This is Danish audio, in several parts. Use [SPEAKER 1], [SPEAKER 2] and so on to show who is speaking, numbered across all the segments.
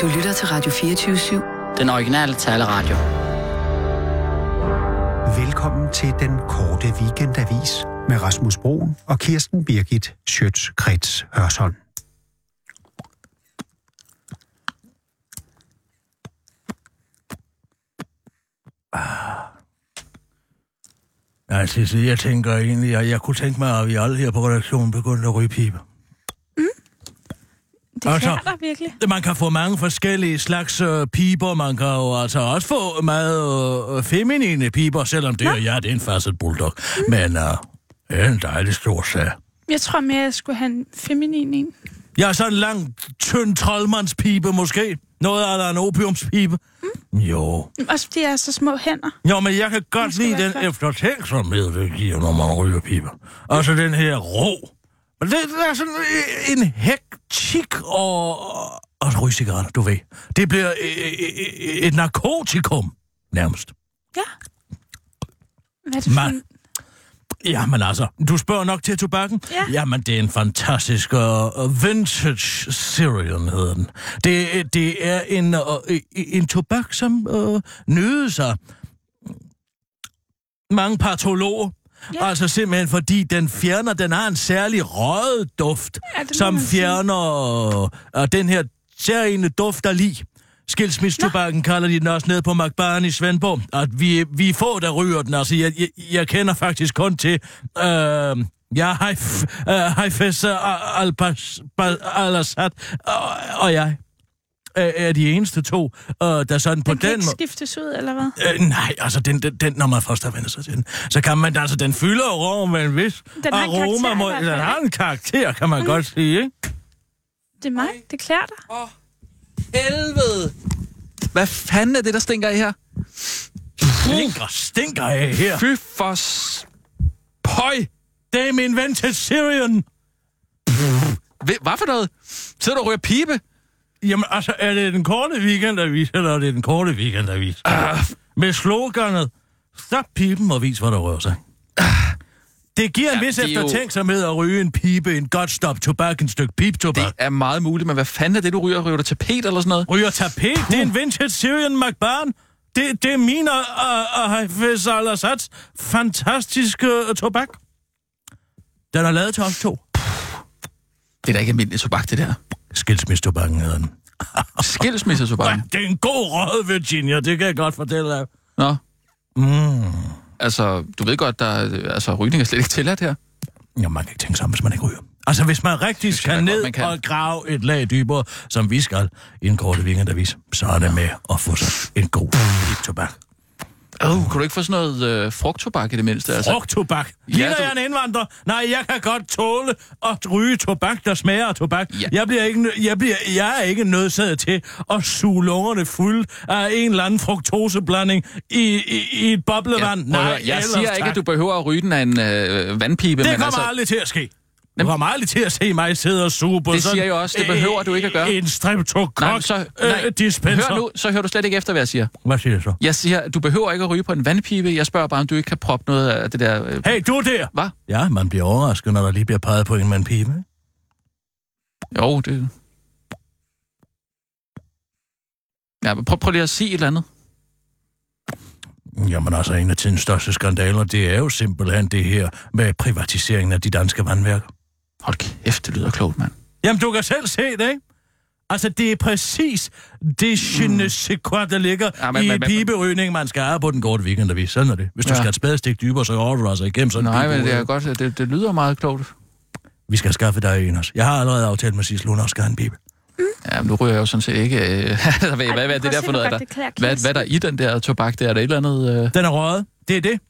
[SPEAKER 1] Du lytter til Radio 24-7.
[SPEAKER 2] Den originale taleradio.
[SPEAKER 3] Velkommen til den korte weekendavis med Rasmus Broen og Kirsten Birgit Schøtz-Krets Hørsholm.
[SPEAKER 4] Altså, jeg tænker egentlig, at jeg kunne tænke mig, at vi alle her på redaktionen begyndte at ryge pibe.
[SPEAKER 5] Det altså,
[SPEAKER 4] Altså-
[SPEAKER 5] kan der virkelig.
[SPEAKER 4] Man kan få mange forskellige slags øh, piber. Man kan jo altså også få meget øh, feminine piber, selvom det er, ja, det er en facet bulldog. Men øh, det er en dejlig stor sag.
[SPEAKER 5] Jeg tror mere, jeg skulle have en feminin en.
[SPEAKER 4] Jeg er sådan en lang, tynd troldmandspibe måske. Noget af der en opiumspibe. Jo.
[SPEAKER 5] Også fordi jeg har så små hænder.
[SPEAKER 4] Jo, men jeg kan godt
[SPEAKER 5] skal
[SPEAKER 4] lide
[SPEAKER 5] være
[SPEAKER 4] den
[SPEAKER 5] flot.
[SPEAKER 4] eftertænksomhed, det giver, når man ryger piber. Og så den her ro. Men det, det er sådan en hektik og... Og at ryge cigaretter, du ved. Det bliver øh, øh, øh, et narkotikum, nærmest.
[SPEAKER 5] Ja. Hvad er det for
[SPEAKER 4] Man.
[SPEAKER 5] en?
[SPEAKER 4] Jamen altså, du spørger nok til tobakken?
[SPEAKER 5] Ja.
[SPEAKER 4] Jamen, det er en fantastisk uh, vintage serial, hedder den. Det, øh, det er en, uh, en tobak, som uh, nydes af mange patologer.
[SPEAKER 5] Ja.
[SPEAKER 4] Ja. Altså simpelthen fordi den fjerner, den har en særlig røget duft,
[SPEAKER 5] Ja, det må
[SPEAKER 4] som
[SPEAKER 5] man sige.
[SPEAKER 4] fjerner øh, den her særlige duft af lig. Skilsmistobakken kalder de den også ned på McBaren i Svendborg. At vi, vi er få, der ryger den. Altså, jeg, jeg, jeg kender faktisk kun til... Øh, ja, Haif, øh, Haifes øh, Al-Bas- Bal- Al-Assad og, og jeg øh, er de eneste to, øh, der sådan på den,
[SPEAKER 5] Den kan
[SPEAKER 4] den
[SPEAKER 5] ikke
[SPEAKER 4] måde...
[SPEAKER 5] skiftes ud, eller hvad?
[SPEAKER 4] Øh, nej, altså, den, den, den, når man først har vendt sig til den, så kan man, altså, den fylder jo over med en vis
[SPEAKER 5] Den har en
[SPEAKER 4] aroma.
[SPEAKER 5] karakter i
[SPEAKER 4] mod-
[SPEAKER 5] hvert fald,
[SPEAKER 4] den har en karakter, kan man mm. godt sige, ikke?
[SPEAKER 5] Det er mig. Det klæder dig.
[SPEAKER 6] Helvede! Hvad fanden er det, der stinker af her?
[SPEAKER 4] Stinker, stinker af her.
[SPEAKER 6] Fy for s... Pøj!
[SPEAKER 4] Det er min ven til Syrien.
[SPEAKER 6] Hve- Hvad for noget? Sidder du og ryger pibe?
[SPEAKER 4] Jamen, altså, er det den korte weekendavis, eller er det den korte weekendavis? Uh.
[SPEAKER 6] Ah.
[SPEAKER 4] Med sloganet, stop pipen og vis, hvor der rører sig. Det giver en
[SPEAKER 6] Ah. Ja,
[SPEAKER 4] vis
[SPEAKER 6] det er jo-
[SPEAKER 4] eftertænksomhed at ryge en pibe, en godt stop tobak, en stykke piptobak.
[SPEAKER 6] Det er meget muligt, men hvad fanden er det, du ryger? Ryger du tapet eller sådan noget?
[SPEAKER 4] Ryger tapet, det er en vintage Syrian McBarn. Det, det er min og, og, og Hafiz al-Assads fantastiske øh, tobak. Den er lavet til os to.
[SPEAKER 6] Det er da ikke almindelig tobak, det der.
[SPEAKER 4] Skilsmistobakken hedder den.
[SPEAKER 6] Skilsmissetobak.
[SPEAKER 4] Ja, det er en god rød Virginia, det kan jeg godt fortælle dig.
[SPEAKER 6] Nå,
[SPEAKER 4] Mm.
[SPEAKER 6] altså, du ved godt, der er- altså, rygning er slet ikke tilladt her.
[SPEAKER 4] Ja, man kan ikke tænke sammen, hvis man ikke ryger. Altså, hvis man rigtig
[SPEAKER 6] jeg
[SPEAKER 4] skal
[SPEAKER 6] da godt,
[SPEAKER 4] ned
[SPEAKER 6] man kan.
[SPEAKER 4] og grave et lag dybere, som vi skal i en korte weekendavis, så er det med at få sig en god tobak.
[SPEAKER 6] Oh. Kunne du ikke få sådan noget øh, frugttobak i det mindste? Altså?
[SPEAKER 4] Frugttobak. Ligner
[SPEAKER 6] Ja,
[SPEAKER 4] ja,
[SPEAKER 6] du-
[SPEAKER 4] du... jeg en indvandrer? Nej, jeg kan godt tåle at ryge tobak, der smager af tobak.
[SPEAKER 6] Ja.
[SPEAKER 4] Ja. Jeg, bliver ikke, nø- jeg, bliver, jeg er ikke nødsaget til at suge lungerne fuld af en eller anden fruktoseblanding i, i, i et boblevand.
[SPEAKER 6] prøv at
[SPEAKER 4] Nej,
[SPEAKER 6] høre, jeg
[SPEAKER 4] ellers
[SPEAKER 6] siger
[SPEAKER 4] tak.
[SPEAKER 6] ikke, at du behøver at ryge den af en øh, vandpipe,
[SPEAKER 4] Det
[SPEAKER 6] men
[SPEAKER 4] kommer
[SPEAKER 6] altså...
[SPEAKER 4] altså... aldrig til at ske. Det kommer aldrig til at se mig sidde og suge på
[SPEAKER 6] Det
[SPEAKER 4] sådan
[SPEAKER 6] siger jeg også, det behøver du ikke at gøre.
[SPEAKER 4] En streptokok
[SPEAKER 6] Nej, men så, nej,
[SPEAKER 4] øh, dispenser.
[SPEAKER 6] hør nu, så hører du slet ikke efter, hvad jeg siger.
[SPEAKER 4] Hvad siger jeg så?
[SPEAKER 6] Jeg siger, du behøver ikke at ryge på en vandpipe. Jeg spørger bare, om du ikke kan proppe noget af det der... Øh,
[SPEAKER 4] Hey, du der!
[SPEAKER 6] Hvad?
[SPEAKER 4] Ja, man bliver overrasket, når der lige bliver peget på en med en pibe. ikke?
[SPEAKER 6] Jo, det... Ja, men prøv, prøv lige at sige et eller andet.
[SPEAKER 4] Jamen altså, en af tidens største skandaler, det er jo simpelthen det her med privatiseringen af de danske vandværker.
[SPEAKER 6] Hold kæft, det lyder klogt, mand.
[SPEAKER 4] Jamen, du kan selv se det, ikke? Altså, det er præcis det genesekvar, der ligger
[SPEAKER 6] Ja,
[SPEAKER 4] Mm. ja,
[SPEAKER 6] men-
[SPEAKER 4] men, i
[SPEAKER 6] men- men-
[SPEAKER 4] piberygning, man skal have på den korte weekendavis. Sådan er det. Hvis du
[SPEAKER 6] Ja.
[SPEAKER 4] ja. skal et spadestik dybere, så går du altså igennem sådan en
[SPEAKER 6] Nej, men det
[SPEAKER 4] piberydning.
[SPEAKER 6] er godt. Det, det lyder meget klogt.
[SPEAKER 4] Vi skal skaffe dig en også. Jeg har allerede aftalt med Sis Lund også skal have en bibe.
[SPEAKER 6] Ja, men nu ryger jeg jo sådan set ikke... Øh, altså, hvad, hvad, hvad er
[SPEAKER 5] prøv
[SPEAKER 6] det
[SPEAKER 5] at
[SPEAKER 6] der
[SPEAKER 5] se,
[SPEAKER 6] for noget?
[SPEAKER 5] hvor
[SPEAKER 6] Er der,
[SPEAKER 5] godt det klæder
[SPEAKER 6] hvad,
[SPEAKER 5] Kirsten.
[SPEAKER 6] hvad er der i den der tobak? Der? Er der et eller andet... Øh,
[SPEAKER 4] Den er røget. Det er det.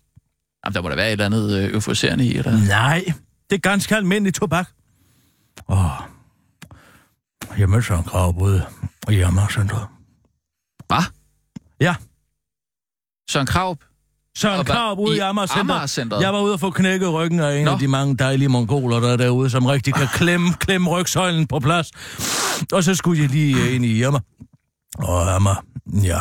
[SPEAKER 6] jamen, der må der være et eller andet øh, euforiserende i, eller...
[SPEAKER 4] Nej, det er ganske almindelig tobak. Åh. Jeg mødte Søren Kravbud i Amagercentret.
[SPEAKER 6] Hvad?
[SPEAKER 4] Ja,
[SPEAKER 6] Søren Kraup?
[SPEAKER 4] Søren
[SPEAKER 6] Og hvad-
[SPEAKER 4] Kravbud i
[SPEAKER 6] i
[SPEAKER 4] Amagercentret.
[SPEAKER 6] Amagercentret?
[SPEAKER 4] Jeg var ude og få knækket ryggen af en
[SPEAKER 6] Nå.
[SPEAKER 4] Nå. af de mange dejlige mongoler, der er derude, som rigtig kan klemme, klemme rygsøjlen på plads. Og så skulle jeg lige øh, ind i Irma. Og Amager, ja.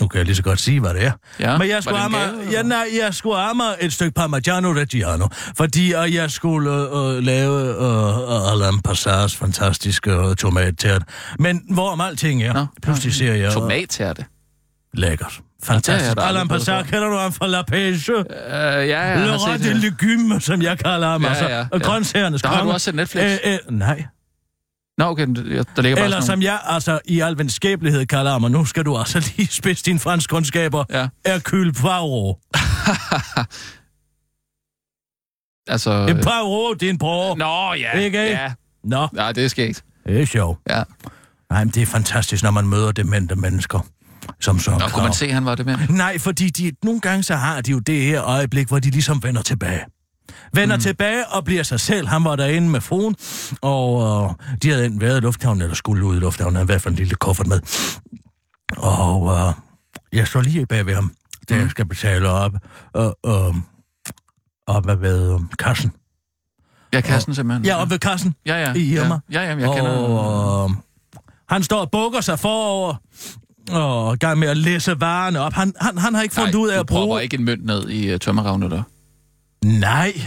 [SPEAKER 4] Nu kan jeg lige så godt sige, hvad det er.
[SPEAKER 6] Ja,
[SPEAKER 4] Men jeg
[SPEAKER 6] var
[SPEAKER 4] skulle
[SPEAKER 6] det en
[SPEAKER 4] amager,
[SPEAKER 6] gave, eller
[SPEAKER 4] ja,
[SPEAKER 6] hvad?
[SPEAKER 4] nej, jeg skulle amager et stykke Parmigiano Reggiano, fordi øh, jeg skulle øh, øh, lave øh, Alain Passards fantastiske øh, tomattært. Men hvorom alting er,
[SPEAKER 6] Nå.
[SPEAKER 4] pludselig ser jeg... øh,
[SPEAKER 6] Tomattærte.
[SPEAKER 4] Lækkert. Fantastisk.
[SPEAKER 6] jeg da
[SPEAKER 4] Ja,
[SPEAKER 6] aldrig
[SPEAKER 4] Alain
[SPEAKER 6] prøvet
[SPEAKER 4] Passard,
[SPEAKER 6] før.
[SPEAKER 4] kender du ham fra La Pêche?
[SPEAKER 6] Uh, ja, ja, jeg
[SPEAKER 4] Le
[SPEAKER 6] har
[SPEAKER 4] Roi
[SPEAKER 6] set
[SPEAKER 4] de
[SPEAKER 6] det.
[SPEAKER 4] Legume, som jeg kalder ham.
[SPEAKER 6] Ja,
[SPEAKER 4] altså,
[SPEAKER 6] ja,
[SPEAKER 4] øh,
[SPEAKER 6] ja.
[SPEAKER 4] Grøntsagernes
[SPEAKER 6] Der har du
[SPEAKER 4] konge.
[SPEAKER 6] også set Netflix.
[SPEAKER 4] Øh, øh, nej.
[SPEAKER 6] Nå, okay, men der der ligger bare
[SPEAKER 4] Eller
[SPEAKER 6] sådan
[SPEAKER 4] som jeg altså i al venskabelighed kalder ham, og nu skal du altså lige spidse dine fransk kundskaber,
[SPEAKER 6] nogle... Ja,
[SPEAKER 4] Hercule Poirot.
[SPEAKER 6] altså... øh,
[SPEAKER 4] En Poirot, det er en bror.
[SPEAKER 6] Nå, ja,
[SPEAKER 4] Ikke?
[SPEAKER 6] ja.
[SPEAKER 4] Nå,
[SPEAKER 6] Ja, det er sket.
[SPEAKER 4] det er sjovt.
[SPEAKER 6] Ja.
[SPEAKER 4] Nej, men det er fantastisk, når man møder demente mennesker, som så
[SPEAKER 6] Nå, kunne man se, han var det med?
[SPEAKER 4] Nej, fordi de, nogle gange så har de jo det her øjeblik, hvor de ligesom vender tilbage. Vender mm. tilbage og bliver sig selv. Han var derinde med fruen, og øh, de havde enten været i lufthavnen, eller skulle ud i lufthavnen. Han havde i hvert fald en lille kuffert med. Og øh, jeg står lige bag ved ham, da
[SPEAKER 6] Mm.
[SPEAKER 4] jeg skal betale op, øh, øh, op hvad ved øh, kassen.
[SPEAKER 6] Ja, kassen simpelthen.
[SPEAKER 4] Ja, op ved kassen.
[SPEAKER 6] ja, ja.
[SPEAKER 4] I
[SPEAKER 6] ja.
[SPEAKER 4] Irma.
[SPEAKER 6] Ja, ja, men jeg kender...
[SPEAKER 4] Og, øh, han står og bukker sig forover, og er i gang med at læse varerne op. Han, han, han har ikke fundet
[SPEAKER 6] Nej,
[SPEAKER 4] ud af
[SPEAKER 6] du
[SPEAKER 4] at bruge...
[SPEAKER 6] propper ikke en mønt ned i uh, tømmerravne, der.
[SPEAKER 4] Nej.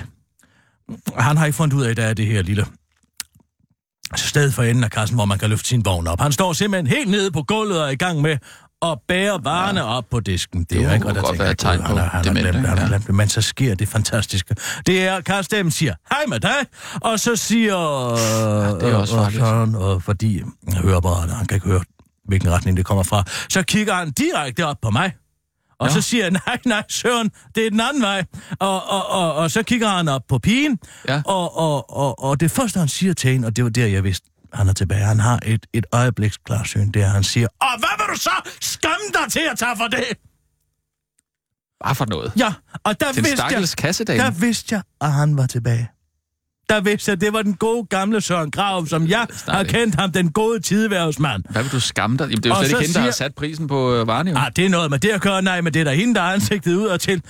[SPEAKER 4] Han har ikke fundet ud af, at der er det her lille sted for enden af kassen, hvor man kan løfte sin vogn op. Han står simpelthen helt nede på gulvet og er i gang med at bære varerne ja. op på disken. Det,
[SPEAKER 6] Det
[SPEAKER 4] er
[SPEAKER 6] kunne
[SPEAKER 4] ikke, og der
[SPEAKER 6] godt
[SPEAKER 4] tænker
[SPEAKER 6] være
[SPEAKER 4] jeg,
[SPEAKER 6] et tegn
[SPEAKER 4] "Gud,
[SPEAKER 6] på
[SPEAKER 4] han har- han har
[SPEAKER 6] dement,
[SPEAKER 4] glemt det,
[SPEAKER 6] ikke?
[SPEAKER 4] han har
[SPEAKER 6] Ja.
[SPEAKER 4] glemt det." Men så sker det fantastiske. Det er, at Karsten siger, hej med dig, og så siger...
[SPEAKER 6] det er også
[SPEAKER 4] og,
[SPEAKER 6] farligt.
[SPEAKER 4] sådan, og fordi høreapparatet, han kan ikke høre, hvilken retning det kommer fra, så kigger han direkte op på mig. Og
[SPEAKER 6] Nå.
[SPEAKER 4] så siger jeg, nej, nej, Søren, det er den anden vej. Og, og, og, og så kigger han op på pigen,
[SPEAKER 6] Ja.
[SPEAKER 4] og, og, og, og det første, han siger til hende, og det var der, jeg vidste, han er tilbage. Han har et, et øjebliksklarsyn, det er, han siger, og hvad vil du så skamme dig til at tage for det?
[SPEAKER 6] Bare for noget.
[SPEAKER 4] Ja, og der
[SPEAKER 6] Til en
[SPEAKER 4] vidste, jeg,
[SPEAKER 6] stakkels kassedame.
[SPEAKER 4] der vidste jeg, at han var tilbage. Der vidste jeg, det var den gode gamle Søren Grav, som jeg
[SPEAKER 6] Snart
[SPEAKER 4] har
[SPEAKER 6] ikke.
[SPEAKER 4] kendt ham, den gode tideværelsmand.
[SPEAKER 6] Hvad vil du skamme dig? Jamen, det er jo
[SPEAKER 4] Og
[SPEAKER 6] slet
[SPEAKER 4] så
[SPEAKER 6] ikke hende, der har
[SPEAKER 4] siger-
[SPEAKER 6] sat prisen på øh, varen, jo.
[SPEAKER 4] Ah, det er noget med det at gøre, nej, men det er der hende, der er ansigtet ud og til.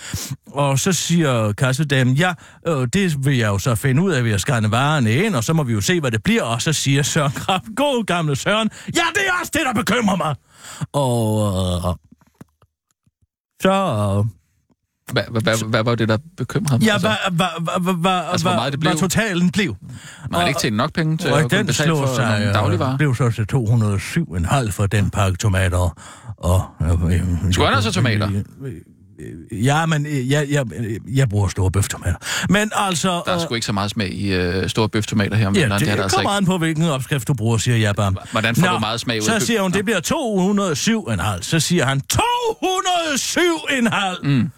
[SPEAKER 4] Og så siger kassedamen, ja, øh, det vil jeg jo så finde ud af ved at scanne varerne ind, og så må vi jo se, hvad det bliver. Og så siger Søren Krab, god gamle Søren, ja, det er også det, der bekymrer mig. Og øh, så... Øh,
[SPEAKER 6] Hvad, hvad, hvad, hvad var det, der bekymrede mig?
[SPEAKER 4] ja, hvad hva, hva, hva, hva,
[SPEAKER 6] Altså, hvor meget det blev?
[SPEAKER 4] Hvad totalen blev.
[SPEAKER 6] Man har
[SPEAKER 4] og-
[SPEAKER 6] ikke tjent nok penge til at
[SPEAKER 4] Og
[SPEAKER 6] kunne
[SPEAKER 4] den
[SPEAKER 6] betale
[SPEAKER 4] slog
[SPEAKER 6] for
[SPEAKER 4] sig,
[SPEAKER 6] nogle
[SPEAKER 4] øh,
[SPEAKER 6] dagligvarer.
[SPEAKER 4] blev så til 207,5 for den pakke tomater. Og, øh, øh,
[SPEAKER 6] Skulle han også have tomater?
[SPEAKER 4] Ja, men øh, jeg, jeg, jeg bruger store bøftomater. Men altså...
[SPEAKER 6] Der er
[SPEAKER 4] øh,
[SPEAKER 6] sgu ikke så meget smag i øh, store bøftomater her om
[SPEAKER 4] Ja,
[SPEAKER 6] vinteren.
[SPEAKER 4] det,
[SPEAKER 6] er
[SPEAKER 4] det
[SPEAKER 6] der
[SPEAKER 4] kommer
[SPEAKER 6] altså
[SPEAKER 4] an
[SPEAKER 6] ikke.
[SPEAKER 4] på, hvilken opskrift du bruger, siger jeg bare.
[SPEAKER 6] Hvordan får du meget smag ud af
[SPEAKER 4] Så
[SPEAKER 6] køkken?
[SPEAKER 4] siger hun,
[SPEAKER 6] Nå.
[SPEAKER 4] det bliver 207,5. Så siger han, 207,5! Mm.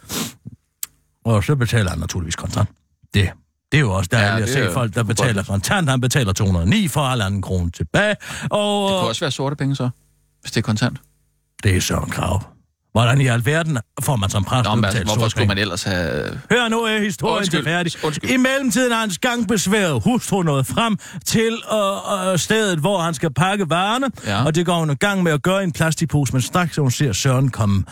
[SPEAKER 4] Og så betaler han naturligvis kontant. Det, det er jo også dejligt
[SPEAKER 6] Ja,
[SPEAKER 4] ja, at
[SPEAKER 6] det
[SPEAKER 4] se
[SPEAKER 6] er-
[SPEAKER 4] folk, der
[SPEAKER 6] kunne
[SPEAKER 4] betaler
[SPEAKER 6] godt.
[SPEAKER 4] kontant. Han betaler 209 for halvanden krone tilbage. Og
[SPEAKER 6] Det kunne også være sorte penge så, hvis det er kontant.
[SPEAKER 4] det er Søren Krav. Hvordan i alverden får man som præst
[SPEAKER 6] Nå, men altså,
[SPEAKER 4] udbetalt
[SPEAKER 6] hvorfor
[SPEAKER 4] sorte
[SPEAKER 6] skulle
[SPEAKER 4] penge?
[SPEAKER 6] man ellers have... øh,
[SPEAKER 4] Hør nu er historien
[SPEAKER 6] Undskyld.
[SPEAKER 4] til færdig.
[SPEAKER 6] Undskyld.
[SPEAKER 4] I mellemtiden har hans gangbesværet hustru nået frem til øh, øh, stedet, hvor han skal pakke varerne.
[SPEAKER 6] Ja.
[SPEAKER 4] Og det går hun i gang med at gøre i en plastikpose, men straks hun ser Søren komme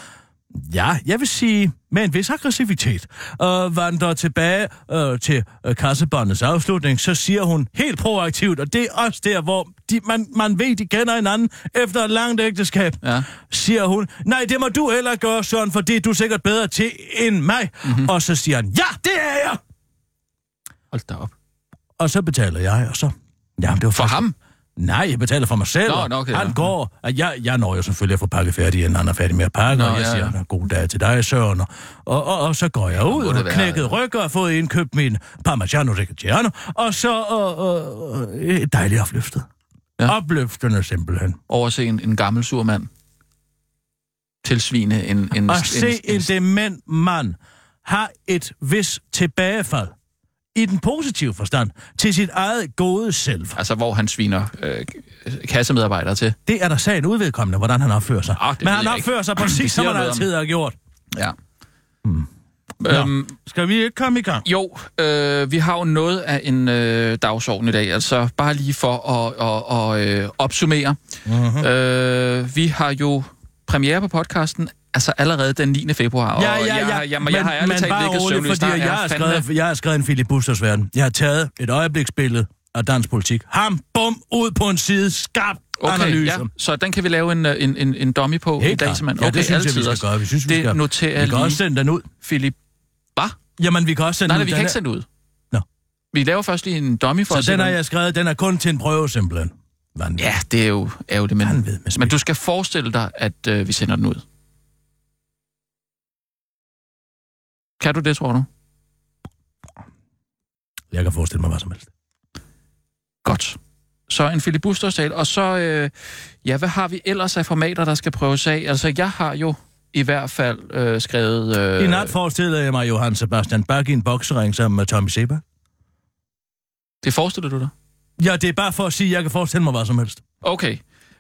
[SPEAKER 4] Ja, jeg vil sige med en vis aggressivitet. Og vandrer tilbage øh, til øh, kassebåndets afslutning, så siger hun helt proaktivt, og det er også der, hvor de, man, man ved, de kender hinanden efter et langt ægteskab,
[SPEAKER 6] Ja.
[SPEAKER 4] siger hun, nej, det må du heller gøre, Søren, for det er du sikkert bedre til end mig.
[SPEAKER 6] Mhm.
[SPEAKER 4] Mm-hmm. Og så siger han, ja, det er jeg!
[SPEAKER 6] Hold da op.
[SPEAKER 4] Og så betaler jeg, og så... Jamen, det var
[SPEAKER 6] For
[SPEAKER 4] faktisk-
[SPEAKER 6] ham?
[SPEAKER 4] Nej, jeg betaler for mig selv.
[SPEAKER 6] Nå,
[SPEAKER 4] og
[SPEAKER 6] nå, okay,
[SPEAKER 4] han
[SPEAKER 6] ja.
[SPEAKER 4] går, og jeg, jeg når jo selvfølgelig at få pakket færdig, inden han er færdig med at pakke,
[SPEAKER 6] Nå,
[SPEAKER 4] og jeg
[SPEAKER 6] ja,
[SPEAKER 4] siger,
[SPEAKER 6] ja.
[SPEAKER 4] god dag til dig, Søren, og, og, og, og så går jeg ud,
[SPEAKER 6] må
[SPEAKER 4] og
[SPEAKER 6] det være-
[SPEAKER 4] knækket ryg, og har fået indkøbt min Parmigiano Reggiano, og så øh, øh, øh, dejligt opløftet.
[SPEAKER 6] Ja.
[SPEAKER 4] Ja. Opløftende simpelthen.
[SPEAKER 6] Overse en, en gammel sur mand. Tilsvine en... en
[SPEAKER 4] At se en dement mand har et vis tilbagefald, i den positive forstand, til sit eget gode selv.
[SPEAKER 6] Altså, hvor han sviner øh, kassemedarbejdere til.
[SPEAKER 4] Det er der sagen udvedkommende, hvordan han opfører sig.
[SPEAKER 6] Ah, det ved
[SPEAKER 4] Men han
[SPEAKER 6] jeg ikke.
[SPEAKER 4] opfører sig præcis, som
[SPEAKER 6] siger
[SPEAKER 4] han
[SPEAKER 6] noget om-
[SPEAKER 4] altid har gjort.
[SPEAKER 6] Ja.
[SPEAKER 4] Mm.
[SPEAKER 6] Hmm. Øhm,
[SPEAKER 4] Skal vi ikke komme i gang?
[SPEAKER 6] Jo, øh, vi har jo noget af en øh, dagsorden i dag, altså bare lige for at, at, at øh, opsummere.
[SPEAKER 4] Mhm.
[SPEAKER 6] Mm-hmm. Øh, vi har jo premiere på podcasten, altså allerede den 9. februar, og jeg, har- jeg, men, jeg har ærligt
[SPEAKER 4] men
[SPEAKER 6] talt
[SPEAKER 4] bare
[SPEAKER 6] ligget
[SPEAKER 4] rolig,
[SPEAKER 6] søvnløs.
[SPEAKER 4] fordi
[SPEAKER 6] Der
[SPEAKER 4] jeg,
[SPEAKER 6] er
[SPEAKER 4] har
[SPEAKER 6] fandme-
[SPEAKER 4] skrevet, jeg har skrevet en Philip Busters verden. Jeg har taget et øjebliksbillede af dansk politik. Ham, bum, ud på en side, skarpt
[SPEAKER 6] Okay, ja.
[SPEAKER 4] analyser.
[SPEAKER 6] Så den kan vi lave en, øh, en, en, en dummy på i
[SPEAKER 4] Helt
[SPEAKER 6] dag,
[SPEAKER 4] klart.
[SPEAKER 6] simpelthen.
[SPEAKER 4] Ja, det synes
[SPEAKER 6] altid
[SPEAKER 4] jeg, vi skal
[SPEAKER 6] også.
[SPEAKER 4] gøre. Vi synes, vi
[SPEAKER 6] det
[SPEAKER 4] skal.
[SPEAKER 6] noterer
[SPEAKER 4] Vi
[SPEAKER 6] jeg
[SPEAKER 4] kan
[SPEAKER 6] lige,
[SPEAKER 4] også sende den ud.
[SPEAKER 6] Philip.
[SPEAKER 4] Jamen, vi kan også sende
[SPEAKER 6] Nej,
[SPEAKER 4] den
[SPEAKER 6] nej,
[SPEAKER 4] ud.
[SPEAKER 6] vi kan
[SPEAKER 4] Den
[SPEAKER 6] ikke
[SPEAKER 4] er-
[SPEAKER 6] sende den ud.
[SPEAKER 4] Nå.
[SPEAKER 6] Vi laver først lige en dummy for at
[SPEAKER 4] Så
[SPEAKER 6] se,
[SPEAKER 4] den har
[SPEAKER 6] hvordan-
[SPEAKER 4] jeg skrevet, den er kun til en prøve, simpelthen. Vanvittigt.
[SPEAKER 6] Ja, det er jo ærgerligt, men,
[SPEAKER 4] Vanvid med
[SPEAKER 6] men
[SPEAKER 4] spil.
[SPEAKER 6] du skal forestille dig, at øh, vi sender den ud. Kan du det, tror du?
[SPEAKER 4] Jeg kan forestille mig hvad som helst.
[SPEAKER 6] Godt. Så en filibusterstale, og så, øh, ja, hvad har vi ellers af formater, der skal prøves af? Altså, jeg har jo i hvert fald øh, skrevet... Øh,
[SPEAKER 4] I nat forestillede jeg mig Johan Sebastian Bach i en boksering sammen med Tommy Sebak.
[SPEAKER 6] det forestiller du dig?
[SPEAKER 4] Ja, det er bare for at sige, at jeg kan forestille mig hvad som helst.
[SPEAKER 6] Okay,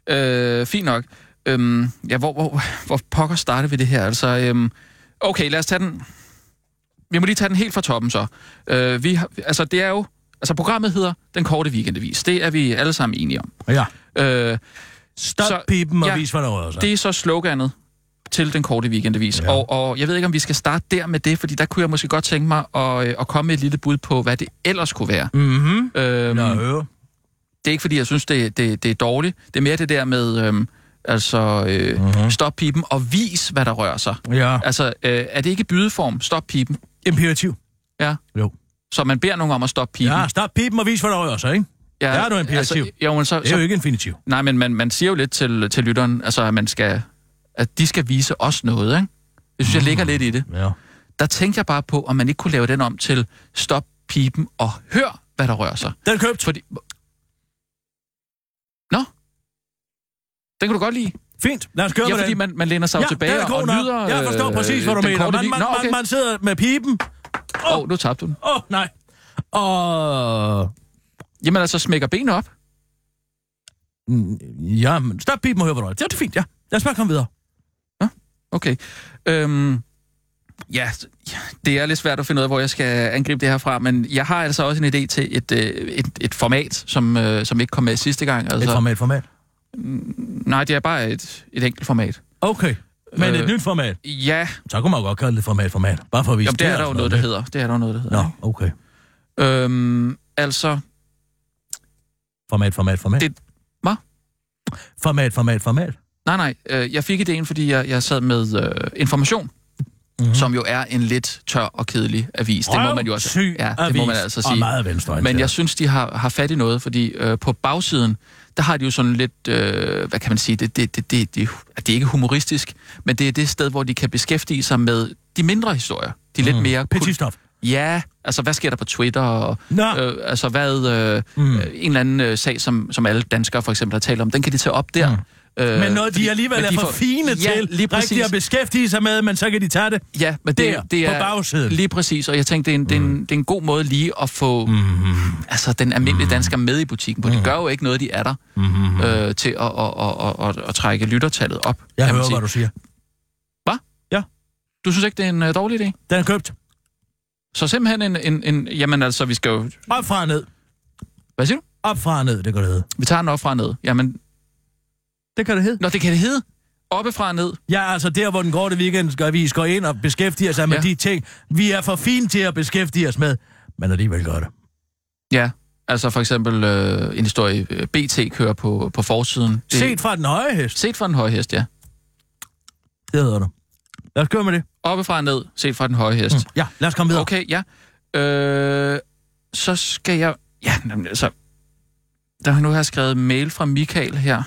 [SPEAKER 6] øh, fint nok. Øhm, ja, hvor, hvor, hvor pokker starter vi det her? Altså, øhm, okay, lad os tage den... Vi må lige tage den helt fra toppen så. Øh, vi har, altså, det er jo... Altså, programmet hedder Den Korte Weekendavis. Det er vi alle sammen enige om.
[SPEAKER 4] Ja.
[SPEAKER 6] Øh,
[SPEAKER 4] Stop
[SPEAKER 6] Så-
[SPEAKER 4] så, pipen og
[SPEAKER 6] ja,
[SPEAKER 4] ja, vis, hvad der rører sig.
[SPEAKER 6] det er så sloganet til Den Korte Weekendavis. Ja.
[SPEAKER 4] Ja.
[SPEAKER 6] Og, og jeg ved ikke, om vi skal starte der med det, fordi der kunne jeg måske godt tænke mig at, øh, at komme med et lille bud på, hvad det ellers kunne være.
[SPEAKER 4] Mhm.
[SPEAKER 6] Øhm,
[SPEAKER 4] Nå, høre.
[SPEAKER 6] det er ikke fordi, jeg synes, det, det, det er dårligt. Det er mere det der med, øhm, altså, øh,
[SPEAKER 4] Mm.
[SPEAKER 6] mm-hmm. stop pipen og vis, hvad der rører sig.
[SPEAKER 4] Ja.
[SPEAKER 6] Altså, øh, er det ikke bydeform, stop pipen?
[SPEAKER 4] Imperativ.
[SPEAKER 6] Ja.
[SPEAKER 4] Jo.
[SPEAKER 6] Så man beder nogen om at stoppe pipen.
[SPEAKER 4] Ja, stop pipen og vis, hvad der rører sig, ikke? der er noget imperativ.
[SPEAKER 6] Altså, jo, men så,
[SPEAKER 4] Det er jo
[SPEAKER 6] så,
[SPEAKER 4] ikke infinitiv.
[SPEAKER 6] nej, men man, man siger jo lidt til, til lytteren, altså, at, man skal, at de skal vise os noget, ikke? Det
[SPEAKER 4] Mm.
[SPEAKER 6] synes jeg ligger lidt i det.
[SPEAKER 4] Ja.
[SPEAKER 6] Der tænkte jeg bare på, om man ikke kunne lave den om til stop pipen og hør, hvad der rører sig.
[SPEAKER 4] Den er købt.
[SPEAKER 6] Fordi... Nå. Den kan du godt lide.
[SPEAKER 4] Fint. Lad os køre
[SPEAKER 6] Ja,
[SPEAKER 4] med
[SPEAKER 6] fordi
[SPEAKER 4] den.
[SPEAKER 6] man, man læner sig jo tilbage
[SPEAKER 4] den er
[SPEAKER 6] og, og
[SPEAKER 4] god nok.
[SPEAKER 6] nyder...
[SPEAKER 4] Jeg forstår
[SPEAKER 6] øh,
[SPEAKER 4] præcis, hvad du
[SPEAKER 6] den
[SPEAKER 4] mener.
[SPEAKER 6] korte
[SPEAKER 4] Man,
[SPEAKER 6] vi-
[SPEAKER 4] man,
[SPEAKER 6] Nå,
[SPEAKER 4] man,
[SPEAKER 6] okay.
[SPEAKER 4] man sidder med pipen.
[SPEAKER 6] Åh, oh, nu tabte du den.
[SPEAKER 4] Åh, oh, nej. Og...
[SPEAKER 6] Jamen altså, smækker benene op.
[SPEAKER 4] Mm, Ja, men stop pipen og hør, hvad der rører sig. Det er fint, ja. Lad os bare komme videre.
[SPEAKER 6] Okay. Øhm, ja, s- ja, det er lidt svært at finde ud af, hvor jeg skal angribe det her fra, men jeg har altså også en idé til et, øh, et, et format, som, øh, som ikke kom med sidste gang. Altså,
[SPEAKER 4] Et format, format.
[SPEAKER 6] Nej, det er bare et, et enkelt format.
[SPEAKER 4] Okay. Men
[SPEAKER 6] Øh,
[SPEAKER 4] et nyt format.
[SPEAKER 6] Ja,
[SPEAKER 4] Så kunne man jo godt kalde det format, format. Bare for at vise.
[SPEAKER 6] jamen, det er der
[SPEAKER 4] altså
[SPEAKER 6] jo noget, der hedder. Det er der jo noget, der hedder.
[SPEAKER 4] Nå, okay.
[SPEAKER 6] ikke? Øhm, altså,
[SPEAKER 4] Format, format, format.
[SPEAKER 6] Det- Hvad?
[SPEAKER 4] Format, format, format.
[SPEAKER 6] Nej, nej. Øh, jeg fik ideen, fordi jeg, jeg sad med øh, information, mm-hmm. som jo er en lidt tør og kedelig avis. Det må man jo også
[SPEAKER 4] Røvsyg
[SPEAKER 6] Ja, det må
[SPEAKER 4] avis
[SPEAKER 6] man altså
[SPEAKER 4] Og
[SPEAKER 6] sige.
[SPEAKER 4] meget venstreorienteret.
[SPEAKER 6] Men jeg synes, de har, har fat i noget, fordi øh, på bagsiden, der har de jo sådan lidt, øh, hvad kan man sige, det, det, det, det, det, det er ikke humoristisk, men det er det sted, hvor de kan beskæftige sig med de mindre historier. De lidt
[SPEAKER 4] Mm.
[SPEAKER 6] mere... kul-
[SPEAKER 4] Petit stof.
[SPEAKER 6] Ja, altså hvad sker der på Twitter, og
[SPEAKER 4] Nå,
[SPEAKER 6] Øh, altså hvad, øh, mm. en eller anden øh, sag, som, som alle danskere for eksempel har talt om, den kan de tage op der. Mm. Øh,
[SPEAKER 4] men noget,
[SPEAKER 6] fordi-
[SPEAKER 4] de alligevel
[SPEAKER 6] men
[SPEAKER 4] er for fine
[SPEAKER 6] ja,
[SPEAKER 4] til
[SPEAKER 6] lige præcis,
[SPEAKER 4] rigtigt at beskæftige sig med, men så kan de tage det.
[SPEAKER 6] Ja, men det,
[SPEAKER 4] der,
[SPEAKER 6] det
[SPEAKER 4] på
[SPEAKER 6] er
[SPEAKER 4] bagsiden. Mm.
[SPEAKER 6] lige præcis, og jeg tænkte, det er en, det er en, det er en god måde lige at få mm.
[SPEAKER 4] Mm-hmm.
[SPEAKER 6] altså, den almindelige dansker med i butikken, for mm. det gør jo ikke noget, de er der,
[SPEAKER 4] Mm-hmm.
[SPEAKER 6] mm. øh, til at, at, at, at, at, at trække lyttertallet op.
[SPEAKER 4] Jeg
[SPEAKER 6] kan man
[SPEAKER 4] hører,
[SPEAKER 6] sige.
[SPEAKER 4] hvad du siger.
[SPEAKER 6] Du synes ikke, det er en øh, dårlig idé?
[SPEAKER 4] Den er købt.
[SPEAKER 6] Så simpelthen en, en, en... Jamen altså, vi skal jo...
[SPEAKER 4] Op fra og ned.
[SPEAKER 6] Hvad siger du?
[SPEAKER 4] Op fra og ned, det kan det hedde.
[SPEAKER 6] Vi tager den op fra og ned. Jamen,
[SPEAKER 4] Det kan det hedde.
[SPEAKER 6] nå, det kan det hedde. Oppefra og ned.
[SPEAKER 4] Ja, altså der, hvor den korte weekend skal vi går ind og beskæftiger sig med
[SPEAKER 6] Ja.
[SPEAKER 4] de ting, vi er for fine til at beskæftige os med, men alligevel gør det.
[SPEAKER 6] Ja, altså for eksempel øh, en historie, øh, BT kører på, på forsiden. Det-
[SPEAKER 4] Set fra den høje hest,
[SPEAKER 6] set fra den høje hest, ja.
[SPEAKER 4] det hedder det. Lad os køre med det.
[SPEAKER 6] Oppefra og ned, set fra den høje hest. Mm.
[SPEAKER 4] Ja, lad os komme videre. Okay.
[SPEAKER 6] Okay, ja. Øh, så skal jeg... Ja, jamen, altså... Der, nu har jeg skrevet mail fra Michael her.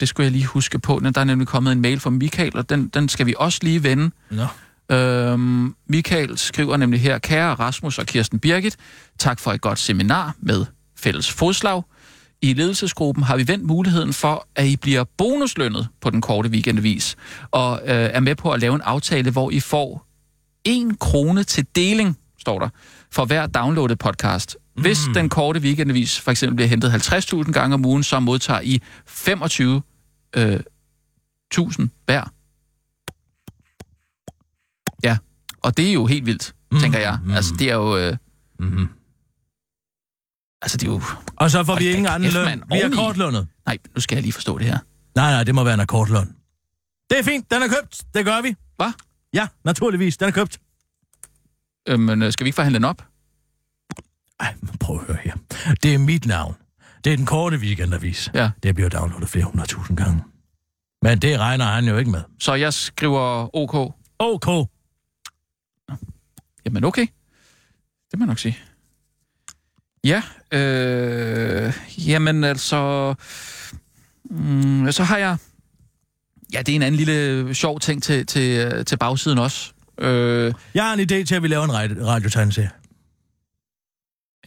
[SPEAKER 6] Det skulle jeg lige huske på. Der er nemlig kommet en mail fra Michael, og den, den skal vi også lige vende.
[SPEAKER 4] Nå.
[SPEAKER 6] Øhm, Michael skriver nemlig her, kære Rasmus og Kirsten Birgit, tak for et godt seminar med fælles fodslag. I ledelsesgruppen har vi vendt muligheden for, at I bliver bonuslønnet på den korte weekendavis, og øh, er med på at lave en aftale, hvor I får 1 krone til deling, står der, for hver downloadet podcast. Hvis mm. den korte weekendavis for eksempel bliver hentet 50.000 gange om ugen, så modtager I 25.000 øh, 1000 hver. Ja, og det er jo helt vildt, mm. tænker jeg. Altså, det er jo... Øh,
[SPEAKER 4] Mm-hmm.
[SPEAKER 6] altså, det er jo...
[SPEAKER 4] Og så får
[SPEAKER 6] Hold
[SPEAKER 4] vi
[SPEAKER 6] da
[SPEAKER 4] ingen anden
[SPEAKER 6] kæft,
[SPEAKER 4] løn.
[SPEAKER 6] mand.
[SPEAKER 4] Vi er
[SPEAKER 6] Oveni.
[SPEAKER 4] kortlønnet.
[SPEAKER 6] Nej, nu skal jeg lige forstå det her.
[SPEAKER 4] Nej, nej, det må være en akkordløn. Det er fint, den er købt. Det gør vi.
[SPEAKER 6] Hvad?
[SPEAKER 4] Ja, naturligvis, den er købt.
[SPEAKER 6] Øh, men øh, skal vi ikke forhandle den op?
[SPEAKER 4] Ej, men prøv at høre her. Det er mit navn. Det er den korte weekendavis.
[SPEAKER 6] Ja.
[SPEAKER 4] Det bliver downloadet flere hundredtusind gange. Men det regner han jo ikke med.
[SPEAKER 6] Så jeg skriver OK.
[SPEAKER 4] Okay.
[SPEAKER 6] Jamen okay. Det må jeg nok sige. Ja, øh, jamen altså... Mm, så har jeg... Ja, det er en anden lille sjov ting til, til, øh, til bagsiden også. Øh,
[SPEAKER 4] Jeg har en idé til, at vi laver en radio- radiotegneserie.